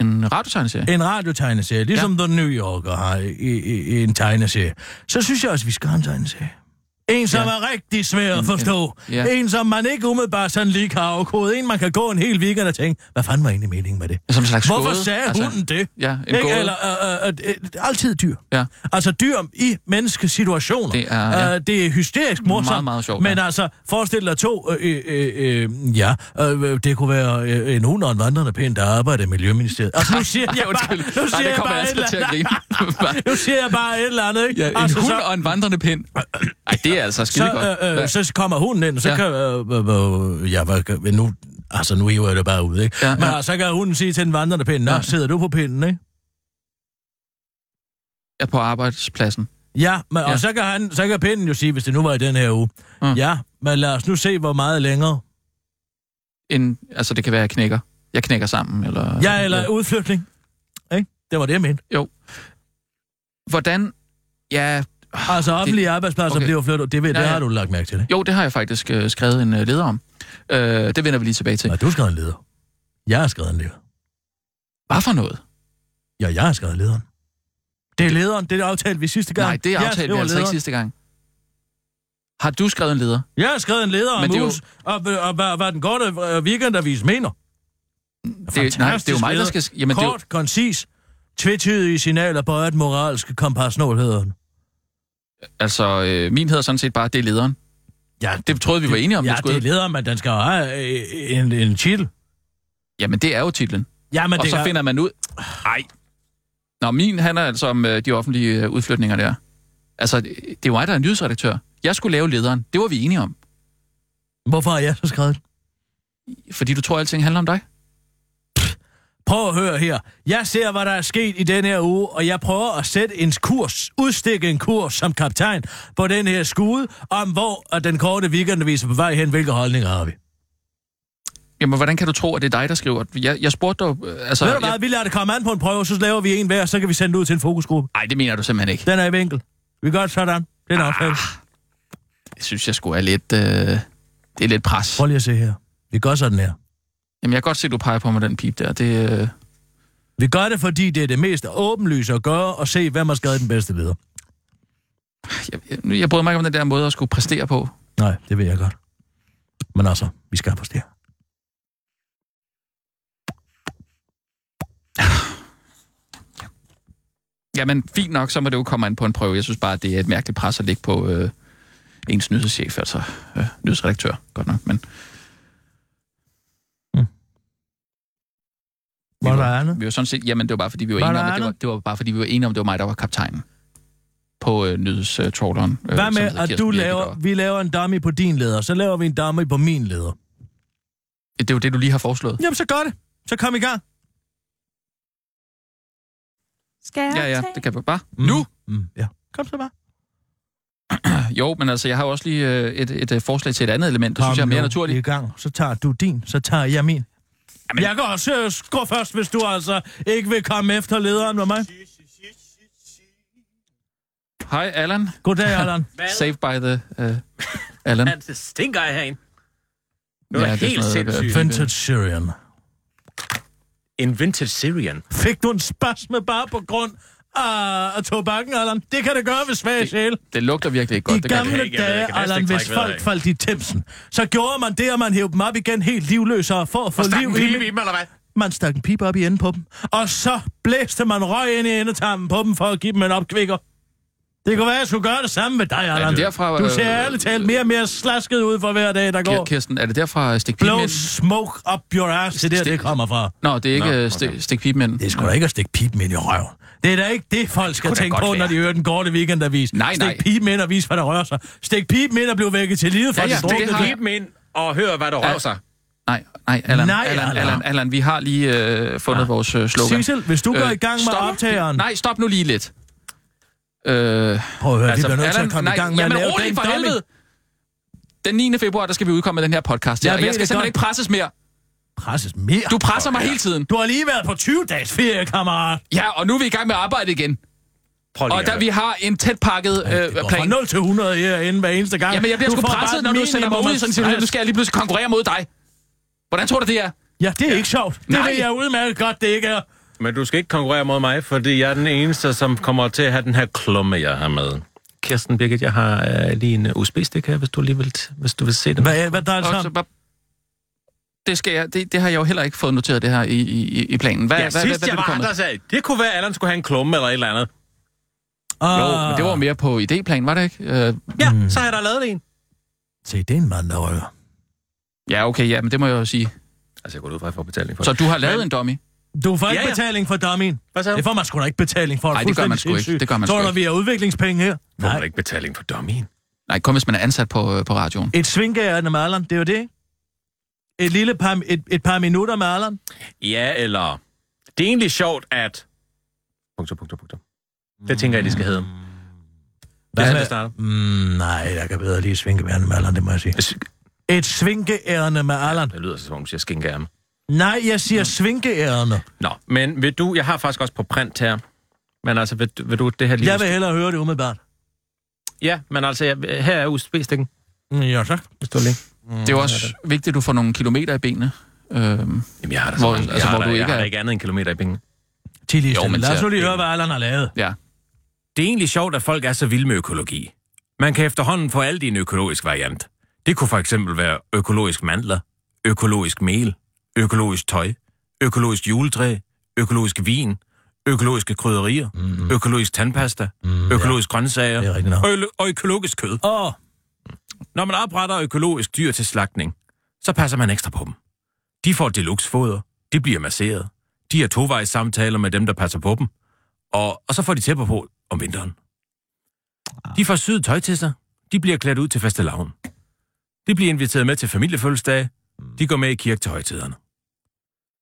[SPEAKER 6] en radiotegneserie.
[SPEAKER 4] En radiotegneserie, ligesom ja. The New Yorker har i, i, i en tegneserie. Så synes jeg også, vi skal have en tegneserie. En, som
[SPEAKER 6] Ja.
[SPEAKER 4] ja. er rigtig svær
[SPEAKER 6] En-
[SPEAKER 4] at forstå.
[SPEAKER 6] en-
[SPEAKER 4] En,
[SPEAKER 6] ja.
[SPEAKER 4] ja. en, som man ikke umiddelbart sådan lige kan afkode. En, man kan gå en hel weekend og tænke, hvad fanden var egentlig meningen med det?
[SPEAKER 6] Som en slags
[SPEAKER 4] Hvorfor
[SPEAKER 6] gåde.
[SPEAKER 4] sagde altså, hunden det?
[SPEAKER 6] Ja, en
[SPEAKER 4] Ikke?
[SPEAKER 6] gåde.
[SPEAKER 4] Eller, øh, øh, øh, øh, altid dyr.
[SPEAKER 6] Ja.
[SPEAKER 4] Altså dyr i menneskesituationer.
[SPEAKER 6] Det er- ja.
[SPEAKER 4] øh, det er hysterisk morsomt.
[SPEAKER 6] Meget, meget sjovt,
[SPEAKER 4] Men
[SPEAKER 6] ja.
[SPEAKER 4] altså, forestil dig to... Øh, øh, øh, ja, øh, øh, det kunne være øh, en hund og en vandrende pind, der arbejder i Miljøministeriet. Altså, nu siger jeg
[SPEAKER 6] Ej,
[SPEAKER 4] bare...
[SPEAKER 6] undskyld.
[SPEAKER 4] Nu
[SPEAKER 6] Nej,
[SPEAKER 4] siger
[SPEAKER 6] det
[SPEAKER 4] jeg
[SPEAKER 6] kommer
[SPEAKER 4] bare
[SPEAKER 6] jeg
[SPEAKER 4] et
[SPEAKER 6] altså til
[SPEAKER 4] eller
[SPEAKER 6] at
[SPEAKER 4] andet.
[SPEAKER 6] grine.
[SPEAKER 4] Nu siger jeg bare et eller andet, ikke?
[SPEAKER 6] ja, en
[SPEAKER 4] altså,
[SPEAKER 6] hund
[SPEAKER 4] så, Øh,
[SPEAKER 6] og en vandrende pind. Ej, det er altså skide
[SPEAKER 4] så,
[SPEAKER 6] godt.
[SPEAKER 4] øh, øh,
[SPEAKER 6] Hvad?
[SPEAKER 4] så kommer hunden ind, og så
[SPEAKER 6] Ja.
[SPEAKER 4] ja. kan... Øh, øh, øh, ja, hvad, kan- men nu... Altså, nu hiver jeg det bare ud, ikke?
[SPEAKER 6] Ja,
[SPEAKER 4] Ja,
[SPEAKER 6] ja.
[SPEAKER 4] ja. Men øh, så kan hunden sige til den vandrende pind, Nå,
[SPEAKER 6] Ja.
[SPEAKER 4] ja. sidder du på pinden, ikke?
[SPEAKER 6] er på arbejdspladsen.
[SPEAKER 4] Ja, men, ja.
[SPEAKER 6] Ja.
[SPEAKER 4] og så kan, han, så kan pinden jo sige, hvis det nu var i den her uge.
[SPEAKER 6] Mm.
[SPEAKER 4] Mm. Ja, men lad os nu se, hvor meget længere.
[SPEAKER 6] En, altså, det kan være, at jeg knækker. Jeg knækker sammen, eller...
[SPEAKER 4] Ja, eller udflytning. Ikke? Det var det, jeg mente.
[SPEAKER 6] Hvordan... Ja,
[SPEAKER 4] Altså, offentlige arbejdspladser
[SPEAKER 6] okay.
[SPEAKER 4] okay. bliver flyttet. Det, ved,
[SPEAKER 6] Ja,
[SPEAKER 4] det
[SPEAKER 6] ja.
[SPEAKER 4] har du lagt mærke til, ikke?
[SPEAKER 6] jo, det har jeg faktisk øh, skrevet en øh, leder om. Øh, det vender vi lige tilbage til.
[SPEAKER 4] Nej, du har skrevet en leder. Jeg har skrevet en leder.
[SPEAKER 6] Hvad for noget?
[SPEAKER 4] Ja, jeg har skrevet lederen. Det er lederen, det er aftalt vi sidste gang.
[SPEAKER 6] Nej, det
[SPEAKER 4] Jeg
[SPEAKER 6] aftalte vi
[SPEAKER 4] skriver
[SPEAKER 6] altså ikke
[SPEAKER 4] lederen.
[SPEAKER 6] sidste gang. Har du skrevet en leder?
[SPEAKER 4] Jeg har skrevet en leder
[SPEAKER 6] Men
[SPEAKER 4] om
[SPEAKER 6] det er jo-
[SPEAKER 4] ugens, og, og, og, hvad- hvad den korte øh, weekendavis mener.
[SPEAKER 6] Det, nej, det er jo mig, der skal... sk- Jamen, det er jo,
[SPEAKER 4] Kort, koncis, tvetydige signaler på et moralske kompasnål hedder den.
[SPEAKER 6] altså, øh, min hedder sådan set bare, det er lederen.
[SPEAKER 4] Ja,
[SPEAKER 6] Det troede vi var enige om,
[SPEAKER 4] ja,
[SPEAKER 6] det skulle
[SPEAKER 4] det er
[SPEAKER 6] hedde.
[SPEAKER 4] lederen, men den skal jo have øh, en, en titel.
[SPEAKER 6] Jamen, det er jo titlen.
[SPEAKER 4] Ja, men
[SPEAKER 6] Og
[SPEAKER 4] det
[SPEAKER 6] så
[SPEAKER 4] kan...
[SPEAKER 6] finder man ud... Nej. Nå, min handler altså om øh, de offentlige øh, udflytninger der. Altså, det det er jo mig, der er nyhedsredaktør. Jeg skulle lave lederen. Det var vi enige om.
[SPEAKER 4] Hvorfor har jeg så skrevet den?
[SPEAKER 6] Fordi du tror, at alting handler om dig.
[SPEAKER 4] Prøv at høre her. Jeg ser, hvad der er sket i den her uge, og jeg prøver at sætte en kurs, udstikke en kurs som kaptajn på den her skude, om hvor og den korte weekendavis er på vej hen, hvilke holdninger har vi.
[SPEAKER 6] Jamen, hvordan kan du tro, at det er dig, der skriver? Jeg, jeg spurgte dig... øh, Altså,
[SPEAKER 4] Så, Ved du
[SPEAKER 6] jeg-
[SPEAKER 4] hvad, vi lader det komme an på en prøve, så laver vi en hver, så kan vi sende det ud til en fokusgruppe.
[SPEAKER 6] Nej, det mener du simpelthen ikke.
[SPEAKER 4] Den er i vinkel. Vi gør det sådan. Det
[SPEAKER 6] Ah.
[SPEAKER 4] er en aftale.
[SPEAKER 6] Det synes jeg sgu er lidt... Øh, det er lidt pres.
[SPEAKER 4] Prøv lige at se her. Vi gør sådan her.
[SPEAKER 6] Jamen, jeg kan godt se, at du peger på mig den pip der. Det, øh,
[SPEAKER 4] Vi gør det, fordi det er det mest åbenlyse at gøre, og se, hvem har skrevet den bedste leder.
[SPEAKER 6] jeg, jeg, jeg bryder mig ikke om den der måde at skulle præstere på.
[SPEAKER 4] Nej, det ved jeg godt. Men altså, vi skal præstere.
[SPEAKER 6] Jamen, fint nok, så må det jo komme an på en prøve. Jeg synes bare, at det er et mærkeligt pres at ligge på øh, ens nyhedschef, altså øh, nyhedsredaktør, godt nok.
[SPEAKER 4] Mm.
[SPEAKER 6] Men
[SPEAKER 4] Var der andet?
[SPEAKER 6] vi var sådan set, jamen det var bare fordi, vi var
[SPEAKER 4] Var
[SPEAKER 6] enige
[SPEAKER 4] der
[SPEAKER 6] om, at det var,
[SPEAKER 4] andet?
[SPEAKER 6] det var bare fordi, vi var enige om, at det var mig, der var kaptajnen på øh, nyhedstrawleren. Øh,
[SPEAKER 4] Hvad
[SPEAKER 6] som
[SPEAKER 4] med,
[SPEAKER 6] hedder
[SPEAKER 4] at
[SPEAKER 6] Kirsten
[SPEAKER 4] du
[SPEAKER 6] Birgit,
[SPEAKER 4] laver,
[SPEAKER 6] og-
[SPEAKER 4] vi laver en dummy på din leder, så laver vi en dummy på min leder.
[SPEAKER 6] Det er jo det, du lige har foreslået.
[SPEAKER 4] Jamen, så gør det. Så kom i gang.
[SPEAKER 5] Skal jeg
[SPEAKER 6] Ja, ja,
[SPEAKER 5] optage?
[SPEAKER 6] det kan vi bare. Mm. Nu!
[SPEAKER 4] Mm, ja. Kom så bare.
[SPEAKER 6] Jo, men altså, jeg har jo også lige øh, et, et, et forslag til et andet element, det
[SPEAKER 4] Kom
[SPEAKER 6] synes jeg er mere
[SPEAKER 4] nu
[SPEAKER 6] naturligt.
[SPEAKER 4] I gang. Så tager du din, så tager jeg min. Jamen. Jeg kan også øh, gå først, hvis du altså ikke vil komme efter lederen med mig.
[SPEAKER 6] Hej, Allan.
[SPEAKER 4] Goddag, Allan.
[SPEAKER 2] Hvad
[SPEAKER 6] Saved by the... Øh, Allan.
[SPEAKER 2] er Altså, det, det stinker af herinde? Nu er
[SPEAKER 6] Ja,
[SPEAKER 2] ja,
[SPEAKER 6] det er
[SPEAKER 2] helt
[SPEAKER 6] sådan noget,
[SPEAKER 2] sindssygt.
[SPEAKER 4] Vintage Syrian.
[SPEAKER 2] En vintage Syrian.
[SPEAKER 4] Fik du en spasme bare på grund af, af tobakken, Allan? Det kan det gøre ved svag sjæl.
[SPEAKER 6] Det lugter virkelig ikke godt.
[SPEAKER 4] I
[SPEAKER 6] det gør det.
[SPEAKER 4] gamle
[SPEAKER 2] jeg ikke. Jeg ved
[SPEAKER 4] dage,
[SPEAKER 2] ikke. Jeg kan næsten
[SPEAKER 4] Allan,
[SPEAKER 2] ikke
[SPEAKER 4] hvis
[SPEAKER 2] trække vejret
[SPEAKER 4] folk
[SPEAKER 2] af.
[SPEAKER 4] faldt i temsen, så gjorde man det, at man hævde dem op igen helt livløsere for at få
[SPEAKER 2] Og stak
[SPEAKER 4] liv
[SPEAKER 2] en
[SPEAKER 4] i
[SPEAKER 2] pibe
[SPEAKER 4] dem.
[SPEAKER 2] i dem, eller hvad?
[SPEAKER 4] Man stak en pipe op i enden på dem, og så blæste man røg ind i endetarmen på dem for at give dem en opkvikker. Det kunne være, at jeg skulle gøre det samme med dig, Allan.
[SPEAKER 6] det er derfra,
[SPEAKER 4] du
[SPEAKER 6] øh,
[SPEAKER 4] ser
[SPEAKER 6] øh,
[SPEAKER 4] ærligt talt mere og mere slasket ud for hver dag, der
[SPEAKER 6] Kir-
[SPEAKER 4] går.
[SPEAKER 6] Kirsten, er det øh, derfra stik pipen
[SPEAKER 4] Blow
[SPEAKER 6] ind?
[SPEAKER 4] smoke up your ass. Det er der, det kommer fra.
[SPEAKER 6] Nå, det er ikke
[SPEAKER 2] Nå,
[SPEAKER 6] øh, sti- stik pipen ind.
[SPEAKER 4] Det er sgu da ikke at stikke pipen ind i røven. Det er da ikke det, folk skal
[SPEAKER 6] kunne da
[SPEAKER 4] tænke
[SPEAKER 6] godt
[SPEAKER 4] på,
[SPEAKER 6] være.
[SPEAKER 4] når de hører den korte weekendavis.
[SPEAKER 6] Nej,
[SPEAKER 4] Stik
[SPEAKER 6] nej.
[SPEAKER 4] pipen ind og vis, hvad der rører sig. Stik pipen ind og bliv vækket til livet fra
[SPEAKER 6] Ja,
[SPEAKER 4] ja,
[SPEAKER 6] ja,
[SPEAKER 4] ja,
[SPEAKER 6] det
[SPEAKER 4] det drukne.
[SPEAKER 6] har-
[SPEAKER 2] Giv dem ind og hør, hvad der rører sig.
[SPEAKER 6] Nej, nej, Allan,
[SPEAKER 4] Nej,
[SPEAKER 6] Allan,
[SPEAKER 4] Allan. Ah.
[SPEAKER 6] Allan, Allan, vi har lige øh, fundet ja. vores øh, slogan.
[SPEAKER 4] Sissel, hvis du går i gang med
[SPEAKER 6] stop.
[SPEAKER 4] optageren...
[SPEAKER 6] Nej, stop nu lige lidt. Øh,
[SPEAKER 4] Prøv at høre, altså,
[SPEAKER 6] Altså,
[SPEAKER 4] vi bliver nødt til
[SPEAKER 6] Allan,
[SPEAKER 4] at komme i gang med at
[SPEAKER 6] jamen,
[SPEAKER 4] lave
[SPEAKER 6] rolig
[SPEAKER 4] den
[SPEAKER 6] for
[SPEAKER 4] dumming.
[SPEAKER 6] helvede. Den 9. februar, der skal vi udkomme med den her podcast.
[SPEAKER 4] Jeg
[SPEAKER 6] Jeg,
[SPEAKER 4] ved
[SPEAKER 6] jeg, jeg skal
[SPEAKER 4] det
[SPEAKER 6] simpelthen
[SPEAKER 4] godt.
[SPEAKER 6] ikke presses mere.
[SPEAKER 4] Presses mere.
[SPEAKER 6] Du presser mig hele tiden.
[SPEAKER 4] Du har lige været på 20-dages ferie, kammerat.
[SPEAKER 6] Ja, og nu er vi i gang med at arbejde igen.
[SPEAKER 2] Prøv lige
[SPEAKER 6] Og
[SPEAKER 2] at
[SPEAKER 6] der
[SPEAKER 2] høre.
[SPEAKER 6] vi har en tæt pakket øh,
[SPEAKER 4] Det går fra
[SPEAKER 6] plan.
[SPEAKER 4] 0 til 100 herinde hver eneste gang.
[SPEAKER 6] Jamen, jeg bliver
[SPEAKER 4] Du
[SPEAKER 6] sgu
[SPEAKER 4] får bare
[SPEAKER 6] presset, når du
[SPEAKER 4] minimum
[SPEAKER 6] sender mig ud i
[SPEAKER 4] af
[SPEAKER 6] sådan en situation. Nu
[SPEAKER 4] stress.
[SPEAKER 6] skal jeg lige pludselig konkurrere mod dig. Hvordan tror du, det er?
[SPEAKER 4] Ja, det er ikke sjovt. Det
[SPEAKER 6] Nej.
[SPEAKER 4] ved jeg udmærket godt, det ikke er.
[SPEAKER 2] Men du skal ikke konkurrere mod mig, fordi jeg er den eneste, som kommer til at have den her klumme, jeg har med. Kirsten Birgit, jeg har øh, lige en USB-stik her, hvis du lige vil, hvis du vil se den.
[SPEAKER 4] Hvad, hvad der er
[SPEAKER 6] Og så
[SPEAKER 4] sammen?
[SPEAKER 6] bare- Det, skal jeg, det, det har jeg jo heller ikke fået noteret det her i, i, i- i planen. Hvad,
[SPEAKER 2] Ja,
[SPEAKER 6] hvad, hvad,
[SPEAKER 2] sidst
[SPEAKER 6] hvad,
[SPEAKER 2] jeg
[SPEAKER 6] vil du
[SPEAKER 2] var
[SPEAKER 6] komme
[SPEAKER 2] her,
[SPEAKER 6] med?
[SPEAKER 2] der sagde, det kunne være, at Allan skulle have en klumme eller et eller andet.
[SPEAKER 4] Ah.
[SPEAKER 6] Jo, men det var mere på idéplan, var det ikke? Øh,
[SPEAKER 2] Ja, mm. så har jeg da lavet en.
[SPEAKER 4] Se, det er en mand, der rører.
[SPEAKER 6] ja, okay, ja, men det må jeg jo sige.
[SPEAKER 2] Altså, jeg går ud fra, at jeg får betaling for
[SPEAKER 6] Så
[SPEAKER 2] det.
[SPEAKER 6] du har lavet en dummy?
[SPEAKER 4] Du får ikke
[SPEAKER 2] Ja,
[SPEAKER 4] ja,
[SPEAKER 2] ja.
[SPEAKER 4] ja. betaling for dummien.
[SPEAKER 2] Hvad så?
[SPEAKER 4] Det får man sgu da ikke betaling for.
[SPEAKER 6] Nej, det gør man sgu ikke. Det gør man
[SPEAKER 4] Tror
[SPEAKER 6] sgu
[SPEAKER 4] du, vi har udviklingspenge her?
[SPEAKER 2] Får man
[SPEAKER 4] Nej.
[SPEAKER 2] ikke betaling for dummien?
[SPEAKER 6] Nej, kun hvis man er ansat på, øh, på radioen.
[SPEAKER 4] Et svingærende med Allan, det er jo det, ikke? Et lille par, et, et par minutter med Allan.
[SPEAKER 2] Ja, eller... Det er egentlig sjovt, at... Punkter, punkter, punkter. Det tænker jeg, de skal hedde. Lad os
[SPEAKER 4] med-
[SPEAKER 2] ja, starte.
[SPEAKER 4] Mm, nej, jeg kan bedre lige et svingærende med Allan, det må jeg sige. Et svingærende med Allan.
[SPEAKER 2] Det lyder så, som om du siger skinkærme.
[SPEAKER 4] Nej, jeg siger svingærende.
[SPEAKER 2] Nå, men vil du... Jeg har faktisk også på print her. Men altså, vil, du- vil du det her lige...
[SPEAKER 4] Jeg vil hellere høre det umiddelbart.
[SPEAKER 2] Ja, men altså, jeg, her er USB-stikken.
[SPEAKER 4] Mm, Ja, tak.
[SPEAKER 2] Hvis du lige...
[SPEAKER 6] Mm, Det er jo også vigtigt, at du får nogle kilometer i benene. Øhm,
[SPEAKER 2] Jamen, jeg har da
[SPEAKER 6] Hvor-
[SPEAKER 2] hvor, altså,
[SPEAKER 6] altså,
[SPEAKER 2] jeg har
[SPEAKER 6] hvor
[SPEAKER 2] da,
[SPEAKER 6] du
[SPEAKER 2] jeg
[SPEAKER 6] ikke
[SPEAKER 2] har
[SPEAKER 6] er-
[SPEAKER 2] da ikke andet end kilometer i penge.
[SPEAKER 4] Til lige
[SPEAKER 6] Jo,
[SPEAKER 4] stille.
[SPEAKER 6] men
[SPEAKER 4] Lad os
[SPEAKER 6] til-
[SPEAKER 4] nu lige høre, hvad Allan har lavet.
[SPEAKER 6] ja.
[SPEAKER 2] Det er egentlig sjovt, at folk er så vilde med økologi. Man kan efterhånden få alt i en økologisk variant. Det kunne for eksempel være økologisk mandler, økologisk mel, økologisk tøj, økologisk juletræ, økologisk vin, økologiske krydderier, mm. økologisk tandpasta, mm, økologisk ja. grøntsager
[SPEAKER 4] Mm-hmm. Det er rigtigt nok.
[SPEAKER 2] og, øl- og økologisk kød.
[SPEAKER 4] Åh,
[SPEAKER 2] Når man opretter økologisk dyr til slagtning, så passer man ekstra på dem. De får deluxe-foder, de bliver masseret, de har tovejs samtaler med dem, der passer på dem, og, og så får de tæpper på om vinteren. De får syet tøj til sig, de bliver klædt ud til fastelavn. De bliver inviteret med til familiefødselsdage, de går med i kirke til højtiderne.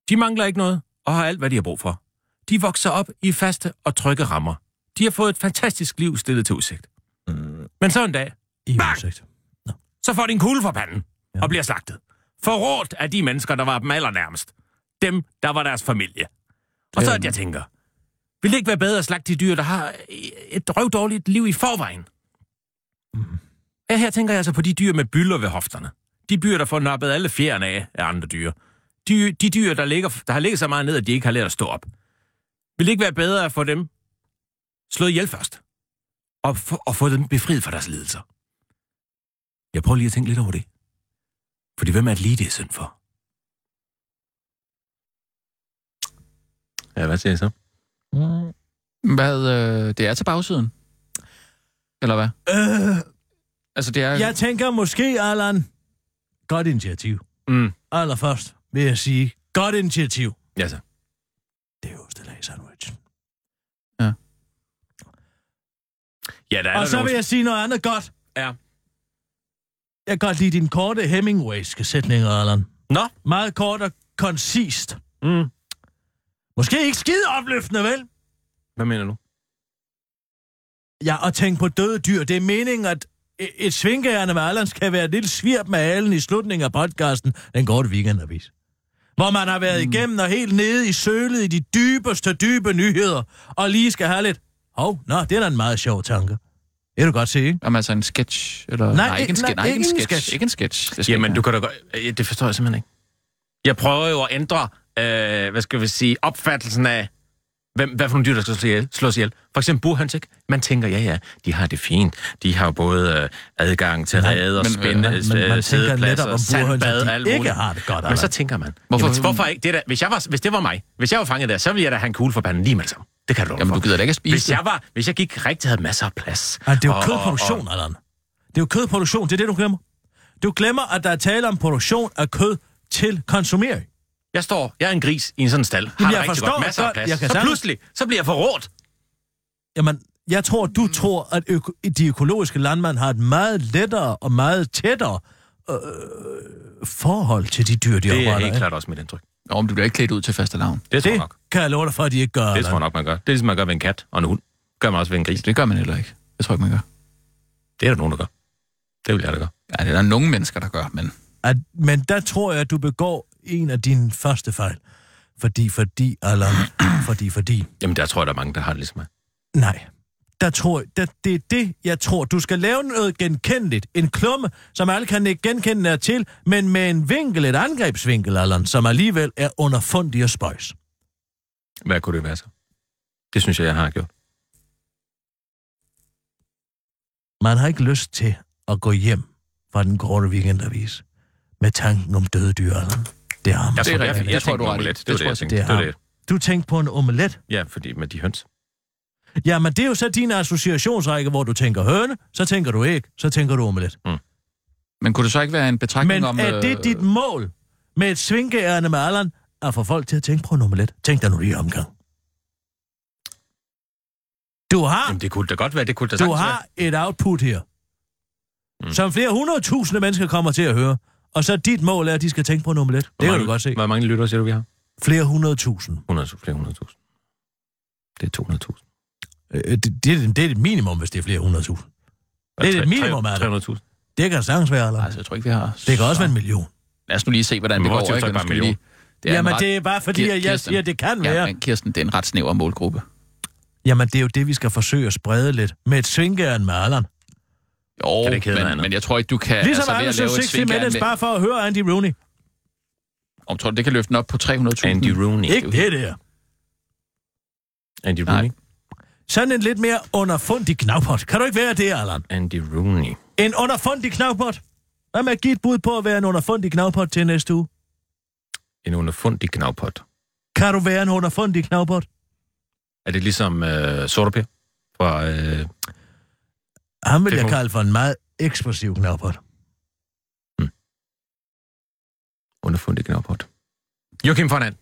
[SPEAKER 2] De mangler ikke noget, og har alt, hvad de har brug for. De vokser op i faste og trygge rammer. De har fået et fantastisk liv stillet til udsigt. Men så en dag,
[SPEAKER 4] i
[SPEAKER 2] Bang!
[SPEAKER 4] udsigt.
[SPEAKER 2] så får de en kugle for panden ja. og bliver slagtet. Forrådt af de mennesker, der var dem allernærmest. Dem, der var deres familie. Og så at jeg tænker, vil det ikke være bedre at slagte de dyr, der har et røvdårligt liv i forvejen? Ja, her tænker jeg altså på de dyr med bylder ved hofterne. De dyr, der får nappet alle fjerne af af andre dyr. De, de dyr, der, ligger, der har ligget så meget ned, at de ikke har lært at stå op. Vil det ikke være bedre at få dem slået ihjel først? Og, få- og få dem befriet fra deres lidelser? Jeg prøver lige at tænke lidt over det. Fordi hvem er det lige, det er synd for? Ja, hvad siger jeg så?
[SPEAKER 6] Hvad, øh, det er til bagsiden? Eller hvad?
[SPEAKER 4] Øh,
[SPEAKER 6] Altså, det er...
[SPEAKER 4] jeg tænker måske, Allan, godt initiativ.
[SPEAKER 2] Mm.
[SPEAKER 4] Allerførst vil jeg sige, godt initiativ.
[SPEAKER 2] Ja, så.
[SPEAKER 4] Det er ostelag sandwich.
[SPEAKER 2] Ja, der er
[SPEAKER 4] Og så vil jeg sige noget andet godt.
[SPEAKER 2] Ja.
[SPEAKER 4] Jeg kan godt lide dine korte Hemingwayske sætninger, Allan.
[SPEAKER 2] Nå.
[SPEAKER 4] Meget kort og koncist.
[SPEAKER 2] Mm.
[SPEAKER 4] Måske ikke skide opløftende, vel?
[SPEAKER 2] Hvad mener du?
[SPEAKER 4] Ja, og tænk på døde dyr. Det er meningen, at e- et svingærende med Allan skal være et lille svirp med halen i slutningen af podcasten, den korte weekendavis. Hvor man har
[SPEAKER 2] Mm.
[SPEAKER 4] været igennem og helt nede i sølet i de dybeste, dybe nyheder, og lige skal have lidt, hov, nå, det er da en meget sjov tanke. Det kan du godt se, ikke?
[SPEAKER 6] Jamen, altså en sketch? Eller...
[SPEAKER 4] Nej,
[SPEAKER 6] nej, ikke en
[SPEAKER 4] nej,
[SPEAKER 6] sketch. Nej, ikke en
[SPEAKER 4] ikke en
[SPEAKER 6] sketch.
[SPEAKER 4] sketch.
[SPEAKER 6] Ikke en sketch. Det skal
[SPEAKER 2] Jamen,
[SPEAKER 6] ikke
[SPEAKER 2] du
[SPEAKER 6] være.
[SPEAKER 2] kan da godt... Øh, Det forstår jeg simpelthen ikke. Jeg prøver jo at ændre, øh, hvad skal vi sige, opfattelsen af, hvem, hvad for nogle dyr, der skal slås ihjel. Slås ihjel. For eksempel burhøns, ikke? Man tænker, ja, ja, de har det fint. De har jo både øh, adgang til rede og
[SPEAKER 6] men, øh,
[SPEAKER 2] spændende,
[SPEAKER 6] man-
[SPEAKER 2] øh,
[SPEAKER 4] man tænker
[SPEAKER 2] sædepladser,
[SPEAKER 4] netop om burhøns, at
[SPEAKER 2] sandbad
[SPEAKER 4] de
[SPEAKER 2] og alt
[SPEAKER 4] ikke
[SPEAKER 2] muligt.
[SPEAKER 4] har det godt,
[SPEAKER 2] Men
[SPEAKER 4] Allan.
[SPEAKER 2] så tænker man,
[SPEAKER 6] Hvorfor-
[SPEAKER 2] hvorfor, jamen, hvorfor ikke? Det der, hvis, jeg var, hvis det var mig, hvis jeg var fanget der, så ville jeg da have en kugle for panden lige med det samme. Det kan du
[SPEAKER 6] Jamen, du gider da ikke at spise
[SPEAKER 2] hvis
[SPEAKER 6] det.
[SPEAKER 2] jeg, var, hvis jeg gik rigtig, havde masser af plads.
[SPEAKER 4] Ja, det er jo
[SPEAKER 2] Og-
[SPEAKER 4] kødproduktion, Allan. Det er jo kødproduktion, det er det, du glemmer. Du glemmer, at der er tale om produktion af kød til konsumering.
[SPEAKER 2] Jeg står, jeg er en gris i en sådan stald. Har
[SPEAKER 4] Jamen,
[SPEAKER 2] Jamen,
[SPEAKER 4] jeg
[SPEAKER 2] jeg rigtig
[SPEAKER 4] forstår
[SPEAKER 2] godt masser af
[SPEAKER 4] godt,
[SPEAKER 2] plads.
[SPEAKER 4] jeg kan
[SPEAKER 2] så
[SPEAKER 4] sagtens-
[SPEAKER 2] pludselig, så bliver jeg forrådt.
[SPEAKER 4] Jamen, jeg
[SPEAKER 2] Mm.
[SPEAKER 4] tror, du tror, at øko- de økologiske landmænd har et meget lettere og meget tættere øh, forhold til de dyr, de
[SPEAKER 2] Det er
[SPEAKER 4] opretter.
[SPEAKER 2] helt
[SPEAKER 4] ikke?
[SPEAKER 2] klart også mit indtryk.
[SPEAKER 6] Nå, men du bliver ikke klædt ud til faste lavn.
[SPEAKER 2] Det tror jeg
[SPEAKER 4] Det
[SPEAKER 2] nok.
[SPEAKER 4] kan jeg love dig for, at de ikke gør.
[SPEAKER 2] Det
[SPEAKER 4] eller?
[SPEAKER 2] tror jeg nok, man gør. Det er ligesom man gør ved en kat og en hund. Gør man også ved en gris.
[SPEAKER 6] Det gør man heller ikke. Det tror jeg ikke, man gør.
[SPEAKER 2] Det er der nogen, der gør. Det vil jeg da gøre.
[SPEAKER 6] Ja, det er der nogle mennesker, der gør, men...
[SPEAKER 4] at, men der tror jeg, at du begår en af dine første fejl. Fordi, fordi, eller fordi, fordi.
[SPEAKER 2] Jamen, der tror jeg, der er mange, der har det ligesom mig.
[SPEAKER 4] Nej. Der tror jeg, der, det er det, jeg tror. Du skal lave noget genkendeligt. En klumme, som alle kan ikke genkende er til, men med en vinkel, et angrebsvinkel, Allan, som alligevel er underfundig og spøjs.
[SPEAKER 2] Hvad kunne det være så? Det synes jeg, jeg har gjort.
[SPEAKER 4] Man har ikke lyst til at gå hjem fra den korte weekendavis med tanken om døde dyr, Allan. Det har man.
[SPEAKER 2] Jeg,
[SPEAKER 6] Det er
[SPEAKER 2] tror, jeg,
[SPEAKER 6] rigtigt.
[SPEAKER 2] jeg,
[SPEAKER 6] Det
[SPEAKER 2] jeg
[SPEAKER 6] tror du
[SPEAKER 2] tænkte på
[SPEAKER 6] ret i.
[SPEAKER 2] omelet. Det
[SPEAKER 6] Det tror
[SPEAKER 2] var det, jeg
[SPEAKER 6] jeg,
[SPEAKER 2] tænkte.
[SPEAKER 4] det
[SPEAKER 2] Det
[SPEAKER 4] har.
[SPEAKER 2] var det.
[SPEAKER 4] Du tænkte på en omelet.
[SPEAKER 2] Ja, fordi med de høns.
[SPEAKER 4] Jamen, det er jo så din associationsrække, hvor du tænker høne, så tænker du æg, så tænker du omelet.
[SPEAKER 6] Men kunne det så ikke være en betragtning
[SPEAKER 4] Men
[SPEAKER 6] om...
[SPEAKER 4] er det
[SPEAKER 6] øh,
[SPEAKER 4] dit mål med et svinkeærende med Allan at få folk til at tænke på en omelet? Tænk dig nu lige omgang. Du har,
[SPEAKER 2] Jamen, det kunne da godt være. Det kunne da
[SPEAKER 4] du
[SPEAKER 2] sagtens være.
[SPEAKER 4] har et output her, mm. som flere hundredtusinde mennesker kommer til at høre. Og så dit mål er, at de skal tænke på en omelet.
[SPEAKER 2] Hvor
[SPEAKER 4] Det kan
[SPEAKER 2] mange-
[SPEAKER 4] du godt se.
[SPEAKER 2] Hvor mange lyttere siger du, vi har?
[SPEAKER 4] Flere hundredtusind.
[SPEAKER 2] 100.000. Flere 100.000. Det er 200.000.
[SPEAKER 4] Øh, Det, det, er- det er et minimum, hvis det er flere hundredtusind. Det er et minimum, er det.
[SPEAKER 2] 300.000.
[SPEAKER 4] Det kan sagtens være, eller?
[SPEAKER 6] Altså, jeg tror ikke, vi har...
[SPEAKER 4] Det kan også være en million.
[SPEAKER 6] Lad os nu lige se, hvordan
[SPEAKER 2] Men
[SPEAKER 6] det
[SPEAKER 2] hvor
[SPEAKER 6] går.
[SPEAKER 2] er det jo
[SPEAKER 6] ikke?
[SPEAKER 2] så ikke bare
[SPEAKER 6] Nu skal vi
[SPEAKER 2] million?
[SPEAKER 6] lige- Det er en
[SPEAKER 4] Jamen,
[SPEAKER 6] ret...
[SPEAKER 4] det er bare fordi, at jeg
[SPEAKER 6] Kirsten.
[SPEAKER 4] siger, at det kan
[SPEAKER 6] Ja,
[SPEAKER 4] være.
[SPEAKER 6] men Kirsten, det er en ret snæver målgruppe.
[SPEAKER 4] Jamen, det er jo det, vi skal forsøge at sprede lidt med et svinkeæren med Allan.
[SPEAKER 6] Jo,
[SPEAKER 2] Kan det ikke hedde noget
[SPEAKER 6] men,
[SPEAKER 2] andet?
[SPEAKER 6] men jeg tror ikke, du kan...
[SPEAKER 4] Ligesom
[SPEAKER 6] altså, ved at
[SPEAKER 4] Anders og
[SPEAKER 6] lave et
[SPEAKER 4] 60
[SPEAKER 6] svinkeærn
[SPEAKER 4] Minutes,
[SPEAKER 6] med-
[SPEAKER 4] bare for at høre Andy Rooney.
[SPEAKER 6] Om tror du, det kan løfte den op på 300.000?
[SPEAKER 2] Andy Rooney.
[SPEAKER 4] Ikke det der.
[SPEAKER 2] Andy Rooney.
[SPEAKER 4] Sådan en lidt mere underfundig knavpot. Kan du ikke være det, Allan?
[SPEAKER 2] Andy Rooney.
[SPEAKER 4] En underfundig knavpot? Hvad med at give et bud på at være en underfundig knavpot til næste uge?
[SPEAKER 2] En underfundig knavpot.
[SPEAKER 4] Kan du være en underfundig knavpot?
[SPEAKER 2] Er det ligesom øh, sortepær? Fra, øh,
[SPEAKER 4] Ham vil
[SPEAKER 2] Det
[SPEAKER 4] jeg
[SPEAKER 2] må-
[SPEAKER 4] kalde for en meget eksplosiv knavpot.
[SPEAKER 2] underfundig knavpot. Joachim von And.